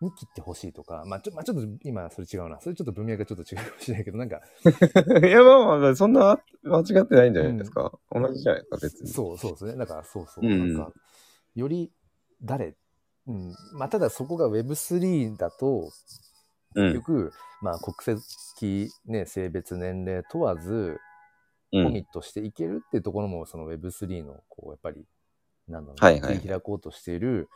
[SPEAKER 1] に切ってほしいとか、まあちょ,、まあ、ちょっと今それ違うな。それちょっと文脈がちょっと違うかもしれないけど、なんか、
[SPEAKER 2] [LAUGHS] いや、まあまあ、そんな間違ってないんじゃないですか。同じじゃないですか、別に。
[SPEAKER 1] そうそうですね。だからそうそう。
[SPEAKER 2] うんうん
[SPEAKER 1] なんか、より誰、うん。まあ、ただそこが Web3 だと、
[SPEAKER 2] うん
[SPEAKER 1] 結局、まあ、国籍、ね、性別、年齢問わず、
[SPEAKER 2] う
[SPEAKER 1] コ
[SPEAKER 2] ん
[SPEAKER 1] ミ。ットしていけるっていうところも、その Web3 の、こう、やっぱり、なんだろう、
[SPEAKER 2] はいはい
[SPEAKER 1] 切り開こうとしている、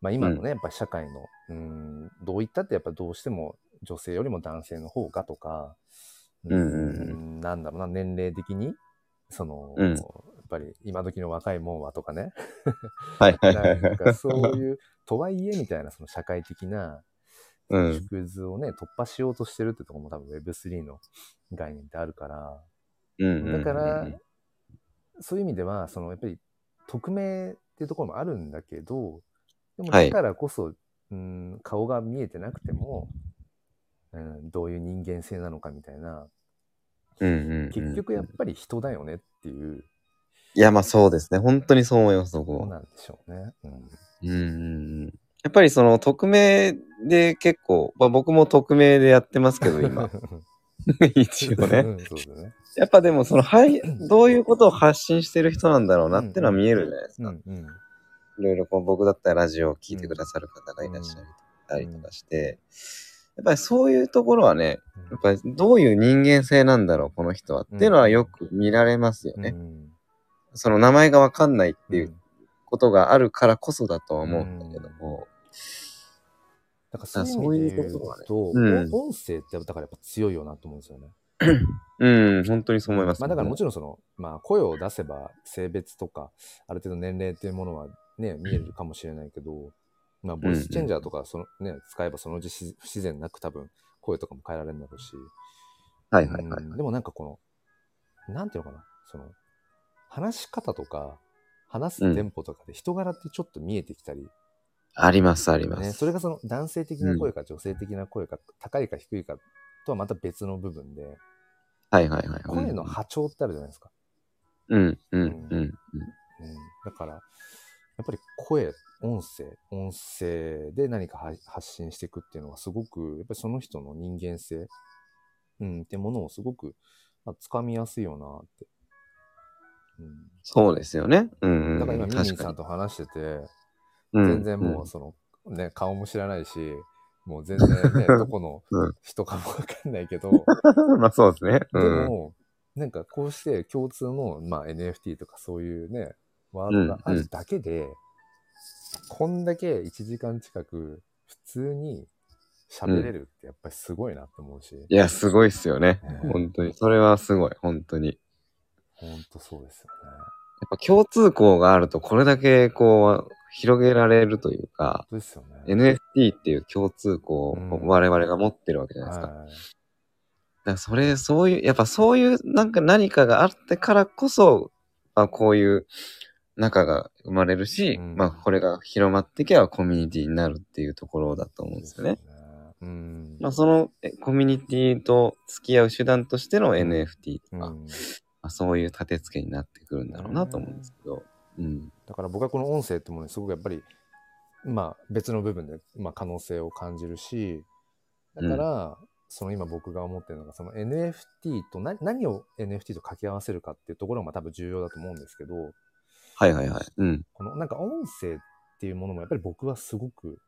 [SPEAKER 1] まあ、今のね、やっぱ社会の、うん、どういったって、やっぱどうしても女性よりも男性の方がとか、
[SPEAKER 2] うんうんうん
[SPEAKER 1] んなんだろうな、年齢的に、その、
[SPEAKER 2] うん
[SPEAKER 1] やっぱり今時の若いもんはとかね、
[SPEAKER 2] はいはいはい
[SPEAKER 1] な
[SPEAKER 2] は
[SPEAKER 1] ん
[SPEAKER 2] い。
[SPEAKER 1] かそういう、とはいえみたいなその社会的な
[SPEAKER 2] うん
[SPEAKER 1] 縮図をね、突破しようとしてるってところも多分 Web3 の概念ってあるから、
[SPEAKER 2] うんう
[SPEAKER 1] だ
[SPEAKER 2] ん。
[SPEAKER 1] から、そういう意味では、そのやっぱり匿名っていうところもあるんだけど、でも
[SPEAKER 2] は
[SPEAKER 1] だ
[SPEAKER 2] い
[SPEAKER 1] からこそ、うん、顔が見えてなくても、うん、どういう人間性なのかみたいな、
[SPEAKER 2] うんうんうん。
[SPEAKER 1] 結局やっぱり人だよねっていう
[SPEAKER 2] いや、まあそうですね。本当にそう思います、そ
[SPEAKER 1] こ
[SPEAKER 2] こは
[SPEAKER 1] と。なんでしょうね。うん
[SPEAKER 2] うんうんうんやっぱりその匿名で結構、まあ、僕も匿名でやってますけど [LAUGHS] 今一応ね
[SPEAKER 1] うんそうですね。
[SPEAKER 2] やっぱでもその、はい、どういうことを発信してる人なんだろうなってのは見えるじゃないです
[SPEAKER 1] う
[SPEAKER 2] か、
[SPEAKER 1] んうん。
[SPEAKER 2] いろいろこう僕だったらラジオを聞いてくださる方がいらっしゃったりとかして、やっぱりそういうところはねやっぱりどういう人間性なんだろうこの人はっていうのはよく見られますよね、
[SPEAKER 1] うん
[SPEAKER 2] その名前がわかんないっていううんことがあるからこそだとは思うんだけども、
[SPEAKER 1] だからそういう意味で言う、
[SPEAKER 2] そういうこととだねうん
[SPEAKER 1] 音声ってだからやっぱ強いよなと思うんですよね。
[SPEAKER 2] うん、本当にそう思います、
[SPEAKER 1] まあ、だからもちろんその、まあ、声を出せば性別とかある程度年齢っていうものは、ね、見えるかもしれないけど、まあ、ボイスチェンジャーとかその、ね、使えばそのうちし不自然なく多分声とかも変えられるんだろうし、
[SPEAKER 2] はいはいはい。
[SPEAKER 1] うんでもなんかこのなんていうのかなその話し方とか話すテンポとかで人柄ってちょっと見えてきたり、
[SPEAKER 2] ありますありま
[SPEAKER 1] ね、
[SPEAKER 2] す。
[SPEAKER 1] それがその男性的な声か女性的な声か、高いか低いかとはまた別の部分で、
[SPEAKER 2] はいはいはい。
[SPEAKER 1] 声の波長ってあるじゃないですか。
[SPEAKER 2] うんうんうん。
[SPEAKER 1] うん、だから、やっぱり声、音声、音声で何かは発信していくっていうのはすごく、やっぱりその人の人間性、うん、ってものをすごく、まあ、掴みやすいよなって。う
[SPEAKER 2] そうですよね。うんうん
[SPEAKER 1] ん、だから今、ミニ
[SPEAKER 2] 確
[SPEAKER 1] ーさ
[SPEAKER 2] か
[SPEAKER 1] んと話してて、
[SPEAKER 2] に
[SPEAKER 1] 全然もう、その、ね、顔も知らないし、もう全然ね、どこの
[SPEAKER 2] うん
[SPEAKER 1] 人かもわかんないけど、
[SPEAKER 2] うん [LAUGHS] まあそうですね。
[SPEAKER 1] で
[SPEAKER 2] うん。
[SPEAKER 1] も、なんかこうして共通の、まあ、NFT とかそういうね、ワードがあるだけで、こんだけ1時間近く普通に喋れるってやっぱりすごいなって思うし、
[SPEAKER 2] いや、すごいっすよね
[SPEAKER 1] ね。
[SPEAKER 2] 本当に。それはすごい。本当に。や
[SPEAKER 1] ほんとそうですよね。
[SPEAKER 2] っぱ共通項があると、これだけこう、広げられるというか
[SPEAKER 1] 本、当ですよね。
[SPEAKER 2] NFT っていう共通項を
[SPEAKER 1] うん
[SPEAKER 2] 我々が持ってるわけじゃないですか。だか
[SPEAKER 1] はい
[SPEAKER 2] らそれ、そういう、やっぱそういうなんか何かがあってからこそ、まあこういう仲が生まれるし、
[SPEAKER 1] うん
[SPEAKER 2] まあこれが広まっていけばコミュニティになるっていうところだと思うんですよね。。
[SPEAKER 1] うん。
[SPEAKER 2] まあそのえコミュニティと付き合う手段としての NFT とか、
[SPEAKER 1] うん
[SPEAKER 2] まあ、そういう立て付けになってくるんだろうなと思うんですけど。うん。
[SPEAKER 1] だから僕はこの音声ってものにすごくやっぱり、まあ別の部分で、まあ、可能性を感じるし、だから、その今僕が思ってるのが、その NFT とな何を NFT と掛け合わせるかっていうところが多分重要だと思うんですけど、
[SPEAKER 2] はいはいはい。うん。
[SPEAKER 1] このなんか音声っていうものもやっぱり僕はすごく、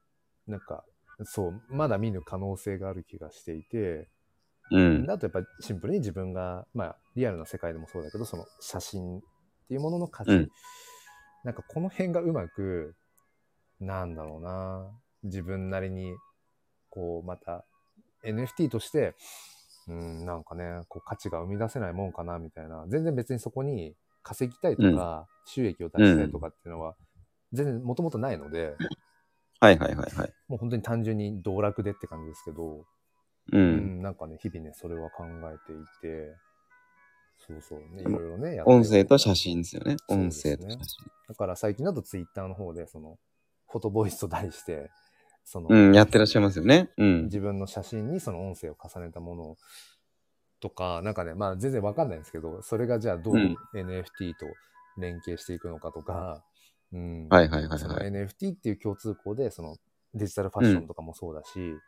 [SPEAKER 1] なんか、そう、まだ見ぬ可能性がある気がしていて、
[SPEAKER 2] うん。
[SPEAKER 1] だとやっぱりシンプルに自分が、まあ、リアルな世界でもそうだけど、その写真っていうものの価値、
[SPEAKER 2] うん
[SPEAKER 1] なんかこの辺がうまく、なんだろうな、自分なりに、こう、また NFT として、うん、なんかね、こう価値が生み出せないもんかな、みたいな。全然別にそこに稼ぎたいとか、収益を出したいとかっていうのは、全然もともとないので、
[SPEAKER 2] はいはいはいはい。
[SPEAKER 1] もう本当に単純に道楽でって感じですけど、う
[SPEAKER 2] う。
[SPEAKER 1] んん、なんかね、日々ね、それは考えていて、そうそうね、いろいろね、やってる
[SPEAKER 2] 音声と写真ですよね。
[SPEAKER 1] そう
[SPEAKER 2] 音
[SPEAKER 1] ですね
[SPEAKER 2] 声と写真。
[SPEAKER 1] だから最近だとツイッターの方で、その、フォトボイスと題して、その、
[SPEAKER 2] うん、やってらっしゃいますよね。うん。
[SPEAKER 1] 自分の写真にその音声を重ねたものとか、なんかね、まあ全然わかんないんですけど、それがじゃあどううん NFT と連携していくのかとか、うん、
[SPEAKER 2] はいはいはい
[SPEAKER 1] その
[SPEAKER 2] はい。
[SPEAKER 1] NFT っていう共通項で、そのデジタルファッションとかもそうだし、
[SPEAKER 2] うん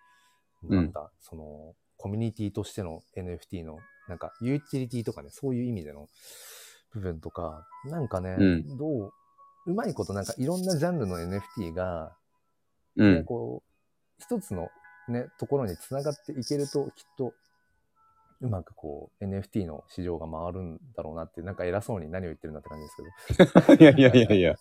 [SPEAKER 1] なんか、その、コミュニティとしての NFT の、なんか、ユーティリティとかね、そういう意味での部分とか、なんかね、
[SPEAKER 2] うん
[SPEAKER 1] どう、うまいことなんかいろんなジャンルの NFT が、
[SPEAKER 2] う
[SPEAKER 1] ね
[SPEAKER 2] ん。
[SPEAKER 1] こう、一つのね、ところにつながっていけると、きっと、うまくこう、NFT の市場が回るんだろうなって、なんか偉そうに何を言ってるんだって感じですけど。
[SPEAKER 2] [LAUGHS] いやいやいやいや。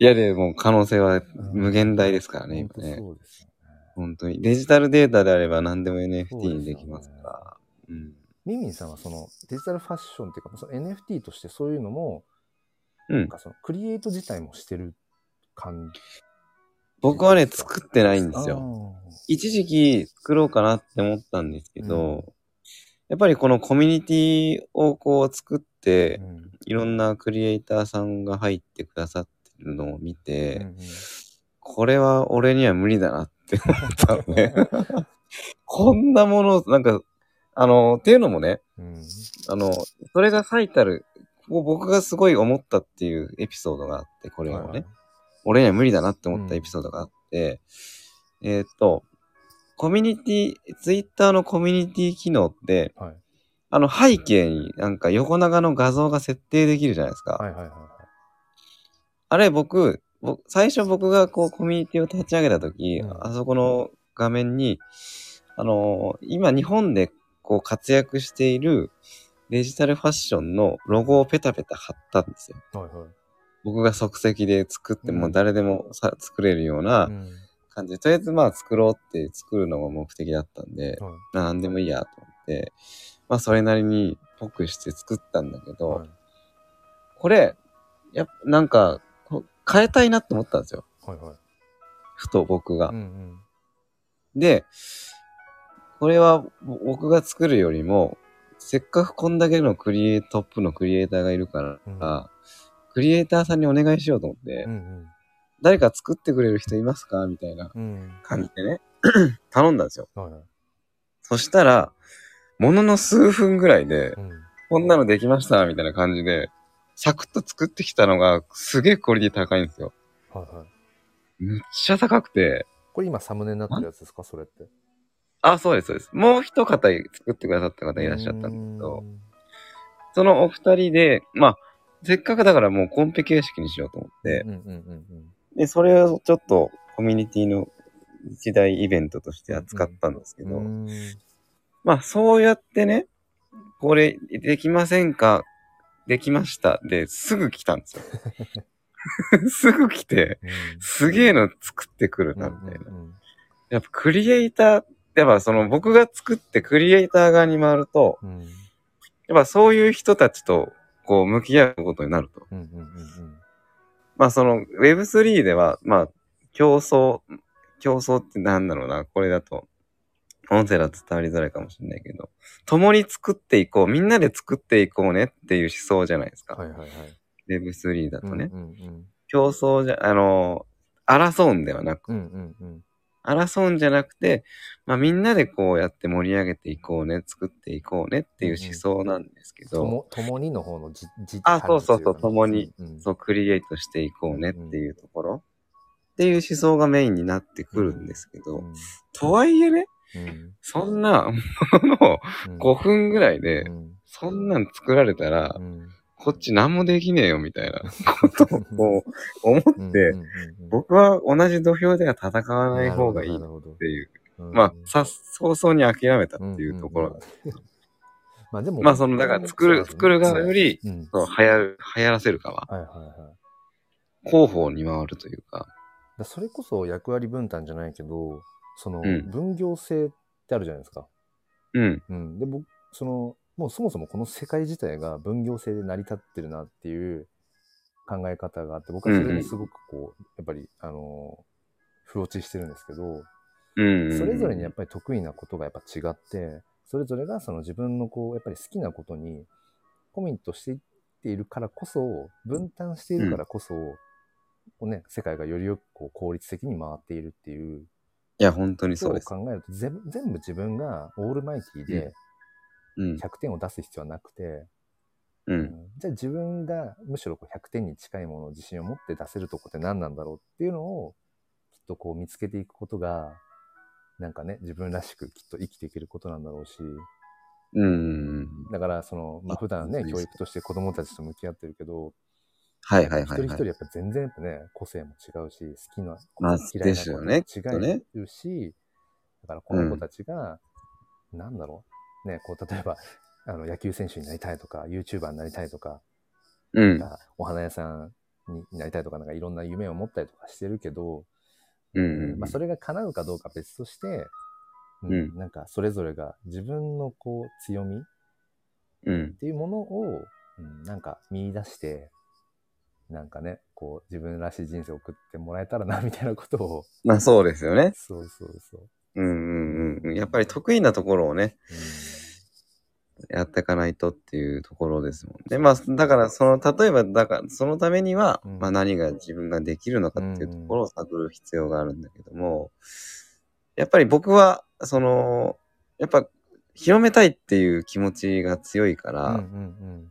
[SPEAKER 2] いやでも可能性は無限大ですからね、
[SPEAKER 1] 本
[SPEAKER 2] 今
[SPEAKER 1] 当
[SPEAKER 2] ね。
[SPEAKER 1] そうですよね。
[SPEAKER 2] 本当に。デジタルデータであれば何でも NFT
[SPEAKER 1] そうですよね
[SPEAKER 2] にできますから。うん。
[SPEAKER 1] ミンミンさんはそのデジタルファッションっていうか、その NFT としてそういうのも、
[SPEAKER 2] うん
[SPEAKER 1] なんかそのクリエイト自体もしてる感じ
[SPEAKER 2] 僕はね、作ってないんですよ。
[SPEAKER 1] よ。
[SPEAKER 2] 一時期作ろうかなって思ったんですけど、やっぱりこのコミュニティをこう作って
[SPEAKER 1] う、ん
[SPEAKER 2] いろんなクリエイターさんが入ってくださってるのを見て、
[SPEAKER 1] うんうん
[SPEAKER 2] これは俺には無理だなって思ったの
[SPEAKER 1] [LAUGHS]
[SPEAKER 2] ね。こんなもの、なんか、あの、っていうのもね、
[SPEAKER 1] うん
[SPEAKER 2] あの、それが最たる、ここ僕がすごい思ったっていうエピソードがあって、これをね、
[SPEAKER 1] はいはい
[SPEAKER 2] 俺には無理だなって思ったエピソードがあって、えーっと、コミュニティ、ツイッターのコミュニティ機能って、
[SPEAKER 1] はい
[SPEAKER 2] あの背景になんか横長の画像が設定できるじゃないですか。
[SPEAKER 1] はいはいはいは
[SPEAKER 2] あれ僕、僕最初僕がこうコミュニティを立ち上げたとき、
[SPEAKER 1] うん
[SPEAKER 2] あそこの画面に、あのー今日本でこう活躍しているデジタルファッションのロゴをペタペタ貼ったんですよ。
[SPEAKER 1] いはいはい
[SPEAKER 2] 僕が即席で作って、
[SPEAKER 1] うん
[SPEAKER 2] もう誰でもさ作れるような
[SPEAKER 1] うん
[SPEAKER 2] 感じで、とりあえずまあ作ろうって作るのが目的だったんで、
[SPEAKER 1] はい
[SPEAKER 2] なんでもいいやと思って、まあそれなりにっぽくして作ったんだけど、
[SPEAKER 1] はい
[SPEAKER 2] これ、やっぱなんかこう変えたいなって思ったんですよ。
[SPEAKER 1] はいはい
[SPEAKER 2] ふと僕が
[SPEAKER 1] うん。うん
[SPEAKER 2] で、これはぼ僕が作るよりも、せっかくこんだけのクリエイト、トップのクリエイターがいるから、
[SPEAKER 1] うん
[SPEAKER 2] クリエイターさんにお願いしようと思って、
[SPEAKER 1] うん
[SPEAKER 2] 誰か作ってくれる人いますかみたいな
[SPEAKER 1] うんうん
[SPEAKER 2] 感じでね、 [CLEARS THROAT] 頼んだんですよ。
[SPEAKER 1] はいはい
[SPEAKER 2] そしたら、ものの数分ぐらいで、
[SPEAKER 1] うん
[SPEAKER 2] こんなのできました、みたいな感じで、サクッと作ってきたのが、すげえクオリティ高いんですよ。
[SPEAKER 1] はいはい
[SPEAKER 2] むっちゃ高くて、
[SPEAKER 1] これ今サムネになってるやつですかそれって。
[SPEAKER 2] あ、そうです、そうです。もう一方作ってくださった方いらっしゃったんですけど、そのお二人で、まあ、せっかくだからもうコンペ形式にしようと思って、
[SPEAKER 1] うんうんうん
[SPEAKER 2] で、それをちょっとコミュニティの一大イベントとして扱ったんですけ
[SPEAKER 1] う
[SPEAKER 2] ど、
[SPEAKER 1] ん。うーん
[SPEAKER 2] まあそうやってね、これできませんかできました。で、すぐ来たんです
[SPEAKER 1] [LAUGHS]
[SPEAKER 2] よ。すぐ来て、すげえの作ってくる [LAUGHS] な、みたいな。
[SPEAKER 1] うん
[SPEAKER 2] やっぱクリエイター、やっぱその僕が作ってクリエイター側に回ると、
[SPEAKER 1] うんうん
[SPEAKER 2] やっぱそういう人たちとこう向き合うことになると。
[SPEAKER 1] うんうんうん
[SPEAKER 2] まあその Web3 では、まあ競争、競争って何だろうな、これだと。音声だと伝わりづらいかもしれないけど、共に作っていこう、みんなで作っていこうねっていう思想じゃないですか。
[SPEAKER 1] はいはいはい。
[SPEAKER 2] Web3 だとね。
[SPEAKER 1] うんうん
[SPEAKER 2] 競争じゃ、あの、争うんではなく
[SPEAKER 1] うんうんうん
[SPEAKER 2] 争うんじゃなくて、まあ、みんなでこうやって盛り上げていこうね、作っていこうねっていう思想なんですけ
[SPEAKER 1] と
[SPEAKER 2] ど、
[SPEAKER 1] も共にの方のじじ
[SPEAKER 2] あそうそうそ
[SPEAKER 1] 感
[SPEAKER 2] う
[SPEAKER 1] じ
[SPEAKER 2] 共に
[SPEAKER 1] というかねうん
[SPEAKER 2] そうクリエイトしていこうねっていうところ、っていう思想がメインになってくるんですけど、
[SPEAKER 1] うん
[SPEAKER 2] とはいえね、
[SPEAKER 1] うん
[SPEAKER 2] そんなもの
[SPEAKER 1] うん
[SPEAKER 2] 5分ぐらいで
[SPEAKER 1] う、ん
[SPEAKER 2] そんなん作られたら
[SPEAKER 1] う、ん
[SPEAKER 2] こっち何もできねえよみたいなことをこう思
[SPEAKER 1] うん
[SPEAKER 2] って
[SPEAKER 1] う、んうんうん
[SPEAKER 2] 僕は同じ土俵では戦わない方がいい
[SPEAKER 1] な
[SPEAKER 2] っ
[SPEAKER 1] るほど
[SPEAKER 2] ていう、
[SPEAKER 1] なるほどうん
[SPEAKER 2] まあ、さ、早々に諦めたっていうところなんです
[SPEAKER 1] まあでも
[SPEAKER 2] まあその、だから作る、作る側よ、り、
[SPEAKER 1] うん
[SPEAKER 2] そう、流行る、流行らせる側、
[SPEAKER 1] はいはいはい
[SPEAKER 2] 広報に回るというか、
[SPEAKER 1] だそれこそ役割分担じゃないけど、その
[SPEAKER 2] うん
[SPEAKER 1] 分業制ってあるじゃないですか。
[SPEAKER 2] うん、
[SPEAKER 1] うん。で、僕、その、もうそもそもこの世界自体が分業制で成り立ってるなっていう考え方があって、僕はそれにすごくこう、やっぱり、あのー、不落ちしてるんですけど、
[SPEAKER 2] うん。
[SPEAKER 1] それぞれにやっぱり得意なことがやっぱ違って、それぞれがその自分のこう、やっぱり好きなことにコミットしていっているからこそ、分担しているからこそ、こうね、世界がよりよくこう効率的に回っているっていう
[SPEAKER 2] いや、本当に
[SPEAKER 1] そ
[SPEAKER 2] そう
[SPEAKER 1] う
[SPEAKER 2] です。
[SPEAKER 1] 考えると全全部自分がオールマイティで
[SPEAKER 2] うん、
[SPEAKER 1] 100点を出す必要はなくて、
[SPEAKER 2] う、
[SPEAKER 1] うんんじゃあ自分がむしろこう100点に近いものを自信を持って出せるとこって何なんだろうっていうのをきっとこう見つけていくことがなんかね自分らしくきっと生きていけることなんだろうし
[SPEAKER 2] うんうん。
[SPEAKER 1] だからその、まあ、
[SPEAKER 2] あ
[SPEAKER 1] 普段ね
[SPEAKER 2] そうです
[SPEAKER 1] 教育として子供たちと向き合ってるけど、
[SPEAKER 2] はいはい
[SPEAKER 1] 一
[SPEAKER 2] はい
[SPEAKER 1] 人一
[SPEAKER 2] はい
[SPEAKER 1] 人。やっぱ全然やっぱね個性も違うし好きな
[SPEAKER 2] まあ
[SPEAKER 1] 嫌いな
[SPEAKER 2] ですよね
[SPEAKER 1] 子
[SPEAKER 2] きっ
[SPEAKER 1] も
[SPEAKER 2] と
[SPEAKER 1] 違
[SPEAKER 2] ね
[SPEAKER 1] うし、だからこの子たちが、なんだろうねこう例えばあの野球選手になりたいとか YouTuber になりたいとか、
[SPEAKER 2] うん、
[SPEAKER 1] なんかお花屋さんになりたいとかなんかいろんな夢を持ったりとかしてるけど、
[SPEAKER 2] うんうん
[SPEAKER 1] まあ、それが叶うかどうか別として、うん
[SPEAKER 2] うん
[SPEAKER 1] なんかそれぞれが自分のこう強みっ
[SPEAKER 2] うん。
[SPEAKER 1] ていうものを、うん、なんか見出してなんかねこう自分らしい人生を送ってもらえたらなみたいなことを
[SPEAKER 2] まあそうですよね。
[SPEAKER 1] そうそうそう。
[SPEAKER 2] うんうんうんうん。やっぱり得意なところをね、やっていかないとっていうところですもんね。まあ、だから、その、例えば、だから、そのためには、
[SPEAKER 1] うん
[SPEAKER 2] まあ何が自分ができるのかっていうところを探る必要があるんだけども、やっぱり僕は、その、やっぱ、広めたいっていう気持ちが強いから、
[SPEAKER 1] うんうん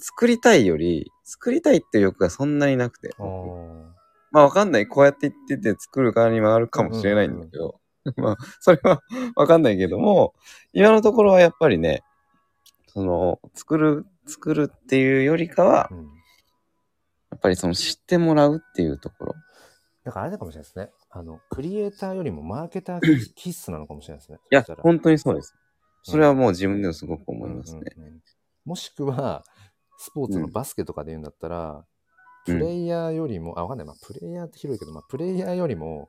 [SPEAKER 2] 作りたいより、作りたいっていう欲がそんなになく
[SPEAKER 1] う
[SPEAKER 2] て、
[SPEAKER 1] ん。
[SPEAKER 2] 僕
[SPEAKER 1] お
[SPEAKER 2] まあわかんない。こうやって言ってて作る側に回るかもしれないんだけど。 [LAUGHS] まあ、それはわかんないけども、今のところはやっぱりね、その、作る、作るっていうよりかは
[SPEAKER 1] ー、うん。
[SPEAKER 2] やっぱりその知ってもらうっていうところ。
[SPEAKER 1] だからあれだかもしれないですね。あの、クリエイターよりもマーケター
[SPEAKER 2] [LAUGHS]
[SPEAKER 1] 気質なのかもしれないですね。
[SPEAKER 2] いや
[SPEAKER 1] そしたら、
[SPEAKER 2] 本当にそうです。それはもう自分でもすごく思いますね。
[SPEAKER 1] うんうんうんもしくは、スポーツのバスケとかで言うんだったら、
[SPEAKER 2] う
[SPEAKER 1] プ
[SPEAKER 2] ん
[SPEAKER 1] レイヤーよりも、あ、わかんない。まあ、プレイヤーって広いけど、まあ、プレイヤーよりも、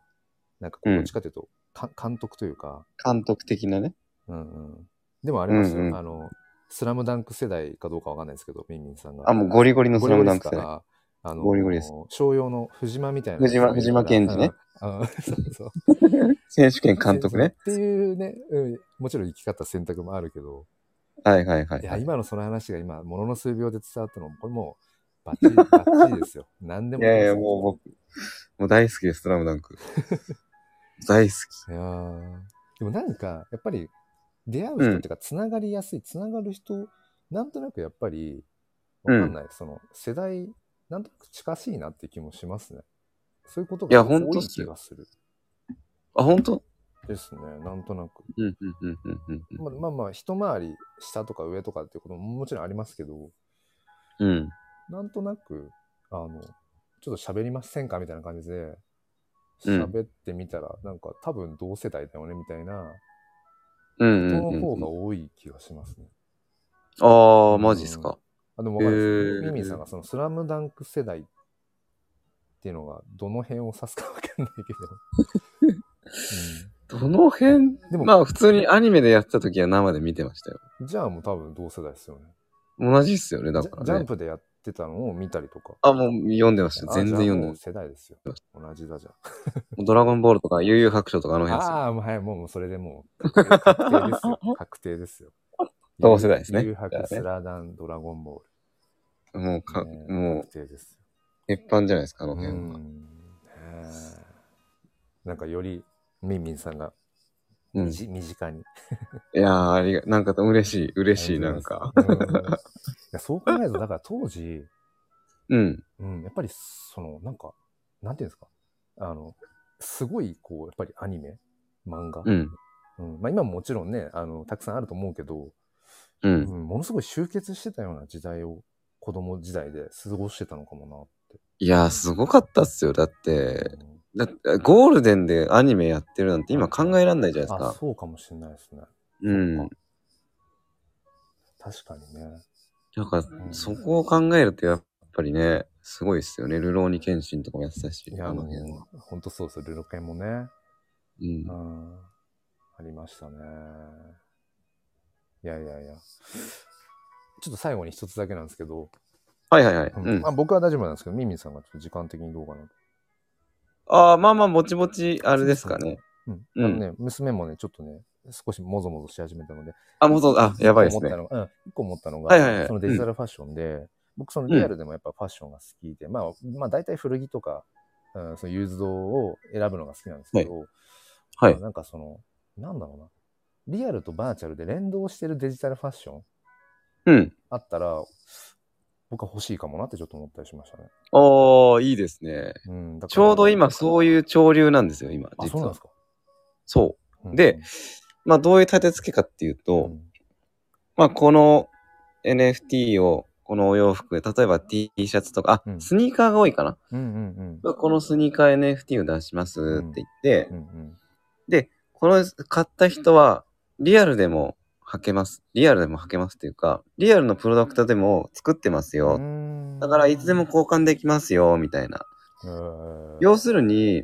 [SPEAKER 1] なんかこう、
[SPEAKER 2] うん
[SPEAKER 1] どっちかというと、か監督というか、
[SPEAKER 2] 監督的なね。
[SPEAKER 1] うんうん。でもあれなんですよ、
[SPEAKER 2] うんうん
[SPEAKER 1] あの、スラムダンク世代かどうかわかんないですけど、ミンミンさんが。
[SPEAKER 2] あ、もうゴリゴリのスラムダンク
[SPEAKER 1] ゴリゴリで
[SPEAKER 2] 世
[SPEAKER 1] す
[SPEAKER 2] 代。
[SPEAKER 1] からあの
[SPEAKER 2] ゴリゴリです
[SPEAKER 1] 商用の藤間みたいな。
[SPEAKER 2] 藤間藤間健二ね
[SPEAKER 1] うん。うんそうそう。
[SPEAKER 2] 選手権監督ね。
[SPEAKER 1] っていうね、うん、もちろん生き方選択もあるけど、
[SPEAKER 2] はいはいはいい。
[SPEAKER 1] や、
[SPEAKER 2] い
[SPEAKER 1] 今のその話が今、ものの数秒で伝わったのも、これもう、バッチ
[SPEAKER 2] [LAUGHS]
[SPEAKER 1] リ、バッチリですよ。何でもどうぞ。
[SPEAKER 2] やいや、もう僕、もう大好きです、スラムダ
[SPEAKER 1] [LAUGHS]
[SPEAKER 2] ンク。大好
[SPEAKER 1] い
[SPEAKER 2] き。
[SPEAKER 1] やーでもなんか、やっぱり、出会う人っていうか、つながりやすい、つながる人、なんとなくやっぱり、わかんない、その、世代、なんとなく近しいなって気もしますね。そういうこと
[SPEAKER 2] いや
[SPEAKER 1] が
[SPEAKER 2] ほん
[SPEAKER 1] 多
[SPEAKER 2] とっ
[SPEAKER 1] い
[SPEAKER 2] す
[SPEAKER 1] 気
[SPEAKER 2] よ
[SPEAKER 1] がする。
[SPEAKER 2] あ、本当
[SPEAKER 1] ですね、なんとなく。
[SPEAKER 2] うんうんうんうんうん
[SPEAKER 1] まあまあまあ、一回り下とか上とかっていうことももちろんありますけど、
[SPEAKER 2] うん。うん。
[SPEAKER 1] なんとなく、あの、ちょっと喋りませんかみたいな感じで、
[SPEAKER 2] うん
[SPEAKER 1] 喋ってみたら、なんか多分同世代だよねみたいな
[SPEAKER 2] うん
[SPEAKER 1] 人の
[SPEAKER 2] うん
[SPEAKER 1] 方
[SPEAKER 2] うん
[SPEAKER 1] が多い気がしますね。
[SPEAKER 2] ああ、マジっすか。
[SPEAKER 1] あでも分かる
[SPEAKER 2] へー
[SPEAKER 1] ミミさんがそのスラムダンク世代っていうのがどの辺を指すか分かんないけど。
[SPEAKER 2] どの辺
[SPEAKER 1] でも
[SPEAKER 2] まあ普通にアニメでやってた時は生で見てましたよ。
[SPEAKER 1] うん、じゃあもう多分同世代ですよね
[SPEAKER 2] 同じっすよね、だ
[SPEAKER 1] ジ
[SPEAKER 2] か
[SPEAKER 1] ャ。ジ
[SPEAKER 2] ら
[SPEAKER 1] ャン
[SPEAKER 2] ね。
[SPEAKER 1] プでやってたのを見たりとか。
[SPEAKER 2] あ、もう読んでました。全然
[SPEAKER 1] あじゃあ
[SPEAKER 2] 読んで
[SPEAKER 1] も
[SPEAKER 2] ま
[SPEAKER 1] う
[SPEAKER 2] し
[SPEAKER 1] 世代ですよ。同じだじゃん。
[SPEAKER 2] た。ドラゴンボールとか悠々白書とかあの辺っすよ。
[SPEAKER 1] ああ、もうはい、もうもうそれでもう確定です
[SPEAKER 2] [LAUGHS]
[SPEAKER 1] よ。確定ですよ。
[SPEAKER 2] 同世代ですね
[SPEAKER 1] 誘白、
[SPEAKER 2] だから
[SPEAKER 1] ス
[SPEAKER 2] ね
[SPEAKER 1] ラダン、ドラゴンボ
[SPEAKER 2] もう
[SPEAKER 1] ー
[SPEAKER 2] か、
[SPEAKER 1] ル。ね
[SPEAKER 2] も
[SPEAKER 1] 確定です
[SPEAKER 2] う、鉄板じゃないですか、あ
[SPEAKER 1] よ。
[SPEAKER 2] の
[SPEAKER 1] う
[SPEAKER 2] 辺
[SPEAKER 1] ん
[SPEAKER 2] は。。
[SPEAKER 1] ねえなんかより、みんみんさんが、
[SPEAKER 2] うん。
[SPEAKER 1] み
[SPEAKER 2] い
[SPEAKER 1] じ身近に。
[SPEAKER 2] やー、ありが、なんか嬉しい、嬉しい、なんか。
[SPEAKER 1] うん。いやそう考えると、だから当時、
[SPEAKER 2] うん。
[SPEAKER 1] うん、やっぱり、その、なんか、なんていうんですか、あの、すごい、こう、やっぱりアニメ、漫画、
[SPEAKER 2] うん。
[SPEAKER 1] うんまあ今ももちろんね、あの、たくさんあると思うけど、
[SPEAKER 2] う。
[SPEAKER 1] うんん、ものすごい集結してたような時代を子供時代で過ごしてたのかも
[SPEAKER 2] いやー、すごかったっすよ。だっ
[SPEAKER 1] なって
[SPEAKER 2] て、、
[SPEAKER 1] うん
[SPEAKER 2] だって、ゴールデンでアニメやってるなんて今考えらんないじゃないで
[SPEAKER 1] あ
[SPEAKER 2] すか。
[SPEAKER 1] そうかもしれないですね
[SPEAKER 2] うん。
[SPEAKER 1] 確かにね
[SPEAKER 2] なんか
[SPEAKER 1] う、ん
[SPEAKER 2] そこを考えるとやっぱりね、すごいっすよね。ルローニケンシンとかもやってたし
[SPEAKER 1] い、や
[SPEAKER 2] あ
[SPEAKER 1] あ
[SPEAKER 2] の
[SPEAKER 1] の
[SPEAKER 2] 辺は。
[SPEAKER 1] 本当そうですルロケンもね、
[SPEAKER 2] うん
[SPEAKER 1] う。ん、ありましたねいやいやいやちょっと最後に一つだけなんですけど、
[SPEAKER 2] はいはいはい。
[SPEAKER 1] うん
[SPEAKER 2] うん
[SPEAKER 1] ま。あ、僕は大丈夫なんですけどミンミンさんがちょっと時間的にどうかなと、
[SPEAKER 2] ああ、まあまあ、ぼちぼち、あれですかね。
[SPEAKER 1] うん
[SPEAKER 2] うん
[SPEAKER 1] あのね娘もねちょっとね少しもぞもぞし始めたので
[SPEAKER 2] あ、もうそう、あ、やばいです
[SPEAKER 1] 思っ
[SPEAKER 2] ね
[SPEAKER 1] た。のが、うん、一個思ったのが、
[SPEAKER 2] はいはいはい
[SPEAKER 1] そのデジタルファッションで、僕そのリアルでもやっぱファッションが好きで、まあ、まあ大体古着とか、うん、そのユーズドを選ぶのが好きなんですけど、
[SPEAKER 2] はい
[SPEAKER 1] まあなんかその、なんだろうな、リアルとバーチャルで連動してるデジタルファッション
[SPEAKER 2] うん。
[SPEAKER 1] あったら、僕は欲しいかもなってちょっと思ったりしましたね。
[SPEAKER 2] おー、いいですね。
[SPEAKER 1] うん、だから
[SPEAKER 2] ちょうど今、そういう潮流なんですよ、今、
[SPEAKER 1] あ、そ
[SPEAKER 2] 実
[SPEAKER 1] うなんで
[SPEAKER 2] は
[SPEAKER 1] す。か。
[SPEAKER 2] そ
[SPEAKER 1] うん
[SPEAKER 2] で、う。まあ、どういう立て付けかっていう
[SPEAKER 1] う
[SPEAKER 2] と、
[SPEAKER 1] ん
[SPEAKER 2] まあ、この NFT を、このお洋服、例えば T シャツとか、あ、
[SPEAKER 1] うん
[SPEAKER 2] スニーカーが多いかな。
[SPEAKER 1] うんうん
[SPEAKER 2] このスニーカー NFT を出しますって言って、
[SPEAKER 1] うん。うんうん
[SPEAKER 2] この買った人は、リアルでも履けます。リアルでも履けますっていうか、リアルのプロダクトでも作ってます
[SPEAKER 1] う
[SPEAKER 2] よ。
[SPEAKER 1] ん
[SPEAKER 2] だから、いつでも、交換できますよ、みたいな。
[SPEAKER 1] うん
[SPEAKER 2] 要するに、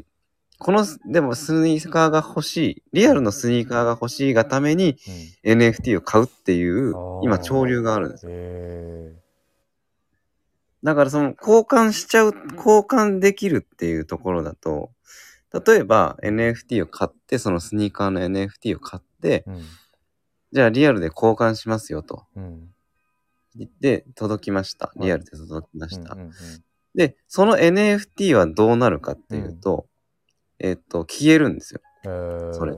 [SPEAKER 2] この、でもスニーカーが欲しい、リアルのスニーカーが欲しいがために
[SPEAKER 1] うん
[SPEAKER 2] NFT を買うっていう
[SPEAKER 1] あ、ー
[SPEAKER 2] 今潮流があるんです。
[SPEAKER 1] へ
[SPEAKER 2] だからその交換しちゃう、交換できるっていうところだと、例えば NFT を買って、そのスニーカーの NFT を買って
[SPEAKER 1] え、うん
[SPEAKER 2] じゃあリアルで交換しますよと
[SPEAKER 1] うん
[SPEAKER 2] 言って届きました。
[SPEAKER 1] い
[SPEAKER 2] リアルで届きました
[SPEAKER 1] うん。うんうん
[SPEAKER 2] で、その NFT はどうなるかっていうと、えっと、消えるんですよ。
[SPEAKER 1] えー
[SPEAKER 2] それ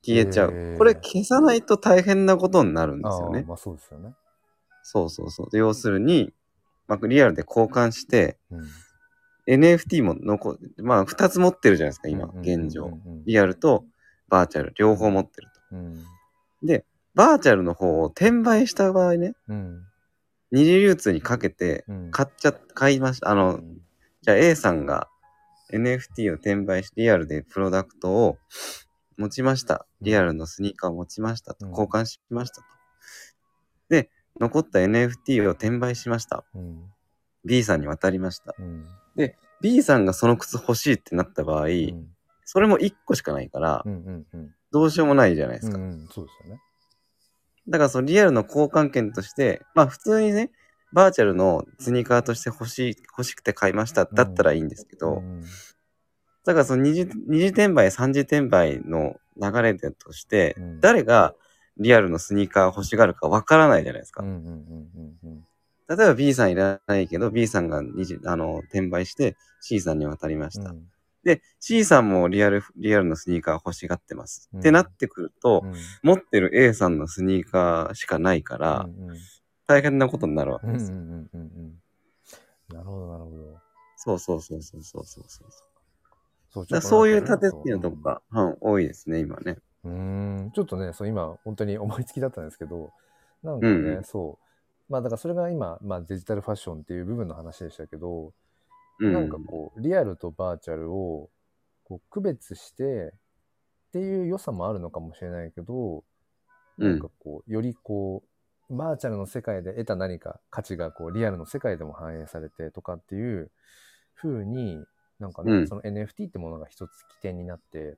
[SPEAKER 2] 消えちゃう。
[SPEAKER 1] へー
[SPEAKER 2] これ消さないと大変なことになるんですよ
[SPEAKER 1] ああ
[SPEAKER 2] ね。
[SPEAKER 1] まあそうですよね。
[SPEAKER 2] そうそうそう。で要するに、まあ、リアルで交換して、
[SPEAKER 1] うん
[SPEAKER 2] NFT も残、まあ、2つ持ってるじゃないですか、今、
[SPEAKER 1] うん
[SPEAKER 2] 現状。
[SPEAKER 1] うん
[SPEAKER 2] リアルとバーチャル、両方持ってる
[SPEAKER 1] う
[SPEAKER 2] と。
[SPEAKER 1] ん
[SPEAKER 2] バーチャルの方を転売した場合ね、
[SPEAKER 1] うん
[SPEAKER 2] 二次流通にかけて、
[SPEAKER 1] うん
[SPEAKER 2] 買っちゃ、買いました。あ
[SPEAKER 1] う
[SPEAKER 2] の、
[SPEAKER 1] ん
[SPEAKER 2] じゃあ A さんが NFT を転売して、リアルでプロダクトを持ちました。リアルのスニーカーを持ちましたと。
[SPEAKER 1] うん
[SPEAKER 2] 交換しましたと。で、残った NFT を転売しました。
[SPEAKER 1] うん
[SPEAKER 2] B さんに渡りました。
[SPEAKER 1] うん
[SPEAKER 2] B さんがその靴欲しいってなった場合、
[SPEAKER 1] うん
[SPEAKER 2] それも1個しかないから
[SPEAKER 1] う、んうんうん
[SPEAKER 2] どうしようもないじゃないですか。
[SPEAKER 1] うんうんそうですよね。
[SPEAKER 2] だからそのリアルの交換券として、まあ普通にね、バーチャルのスニーカーとして欲しい、欲しくて買いましただったらいいんですけど、
[SPEAKER 1] うん
[SPEAKER 2] だからその二次二次転売、三次転売の流れだとして、
[SPEAKER 1] うん
[SPEAKER 2] 誰がリアルのスニーカーを欲しがるかわからないじゃないです
[SPEAKER 1] う
[SPEAKER 2] か。
[SPEAKER 1] んうんうんうん
[SPEAKER 2] 例えば B さんいらないけど、B さんが二次あの転売して C さんに渡りまし
[SPEAKER 1] うん
[SPEAKER 2] た。で、C さんもリアル、リアルのスニーカー欲しがってます。
[SPEAKER 1] うん
[SPEAKER 2] ってなってくると、
[SPEAKER 1] うん
[SPEAKER 2] 持ってる A さんのスニーカーしかないか
[SPEAKER 1] う
[SPEAKER 2] ら、
[SPEAKER 1] ん
[SPEAKER 2] 大変なことになるわけ
[SPEAKER 1] うんうんう
[SPEAKER 2] で
[SPEAKER 1] ん
[SPEAKER 2] す。
[SPEAKER 1] うんうんうんなるほどなるほど。
[SPEAKER 2] そうそうそうそうそうそうそう。
[SPEAKER 1] そう
[SPEAKER 2] だからそういう縦
[SPEAKER 1] 好
[SPEAKER 2] 好
[SPEAKER 1] き
[SPEAKER 2] きなとこが、うん、多いですね、今ね。
[SPEAKER 1] うーん、ちょっとね、そう今、本当に思いつきだったんですけど、なんかね、
[SPEAKER 2] うん
[SPEAKER 1] そう。まあだからそれが今、まあデジタルファッションっていう部分の話でしたけど、
[SPEAKER 2] うん。
[SPEAKER 1] なんかこう、リアルとバーチャルをこう区別してっていう良さもあるのかもしれないけど、
[SPEAKER 2] うん
[SPEAKER 1] なんかこう、よりこう、バーチャルの世界で得た何か価値がこう、リアルの世界でも反映されてとかっていう風に、なんかね、
[SPEAKER 2] うん
[SPEAKER 1] その NFT ってものが一つ起点になって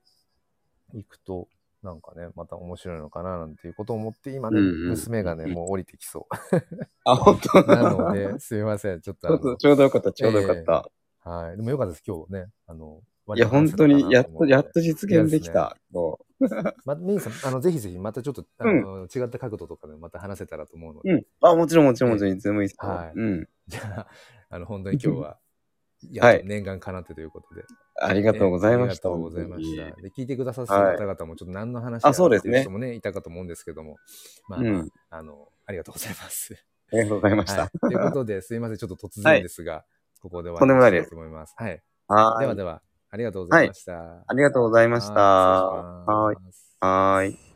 [SPEAKER 1] いくと、なんかね、また面白いのかななんていうことを思って、今ね、
[SPEAKER 2] うんうん
[SPEAKER 1] 娘がね、もう降りてきそ
[SPEAKER 2] [LAUGHS] あ、本
[SPEAKER 1] う。なの
[SPEAKER 2] 当
[SPEAKER 1] で、すいません、ちょっと
[SPEAKER 2] ちょ
[SPEAKER 1] あ
[SPEAKER 2] っと
[SPEAKER 1] の、
[SPEAKER 2] ちょうどよかった、ちょうどよかった。
[SPEAKER 1] はい。でもよかったです、今日ね。あの、
[SPEAKER 2] いや、本当に、やっと、やっ
[SPEAKER 1] と。
[SPEAKER 2] と実現できた。そ
[SPEAKER 1] ま、ネイさん、あの、ぜひぜひ、またちょっと、あの、違った角度とかでまた話せたらと思うの
[SPEAKER 2] う。
[SPEAKER 1] で、
[SPEAKER 2] うん。あ、もちろん、もちろん、もちろん、いつでもいいですよ。
[SPEAKER 1] はい
[SPEAKER 2] うん。
[SPEAKER 1] じゃあ、あの、本当に今日
[SPEAKER 2] [LAUGHS]
[SPEAKER 1] は、やっと念願かなってということで。
[SPEAKER 2] ありがとうございました。
[SPEAKER 1] ありがとうございました
[SPEAKER 2] 本当に。
[SPEAKER 1] で、聞いてくださった方々も、ちょっと何の話
[SPEAKER 2] あそうです
[SPEAKER 1] っ
[SPEAKER 2] ね
[SPEAKER 1] ていう人もね、いたかと思うんですけども、まあ、
[SPEAKER 2] う
[SPEAKER 1] まあ
[SPEAKER 2] ん、
[SPEAKER 1] あの、ありがとうございます。
[SPEAKER 2] [LAUGHS] ありがとうございまし
[SPEAKER 1] はい
[SPEAKER 2] た。。
[SPEAKER 1] ということで、すいません、ちょっと突然ですが、ここで終わ
[SPEAKER 2] とんでもない
[SPEAKER 1] り
[SPEAKER 2] で
[SPEAKER 1] にし
[SPEAKER 2] す
[SPEAKER 1] たと思います。はい。
[SPEAKER 2] は。
[SPEAKER 1] ではいでは、ありがとうございました。
[SPEAKER 2] ありがとうござい
[SPEAKER 1] ありがとうございま
[SPEAKER 2] まし。
[SPEAKER 1] したた。はー
[SPEAKER 2] は
[SPEAKER 1] い
[SPEAKER 2] い。。はーい。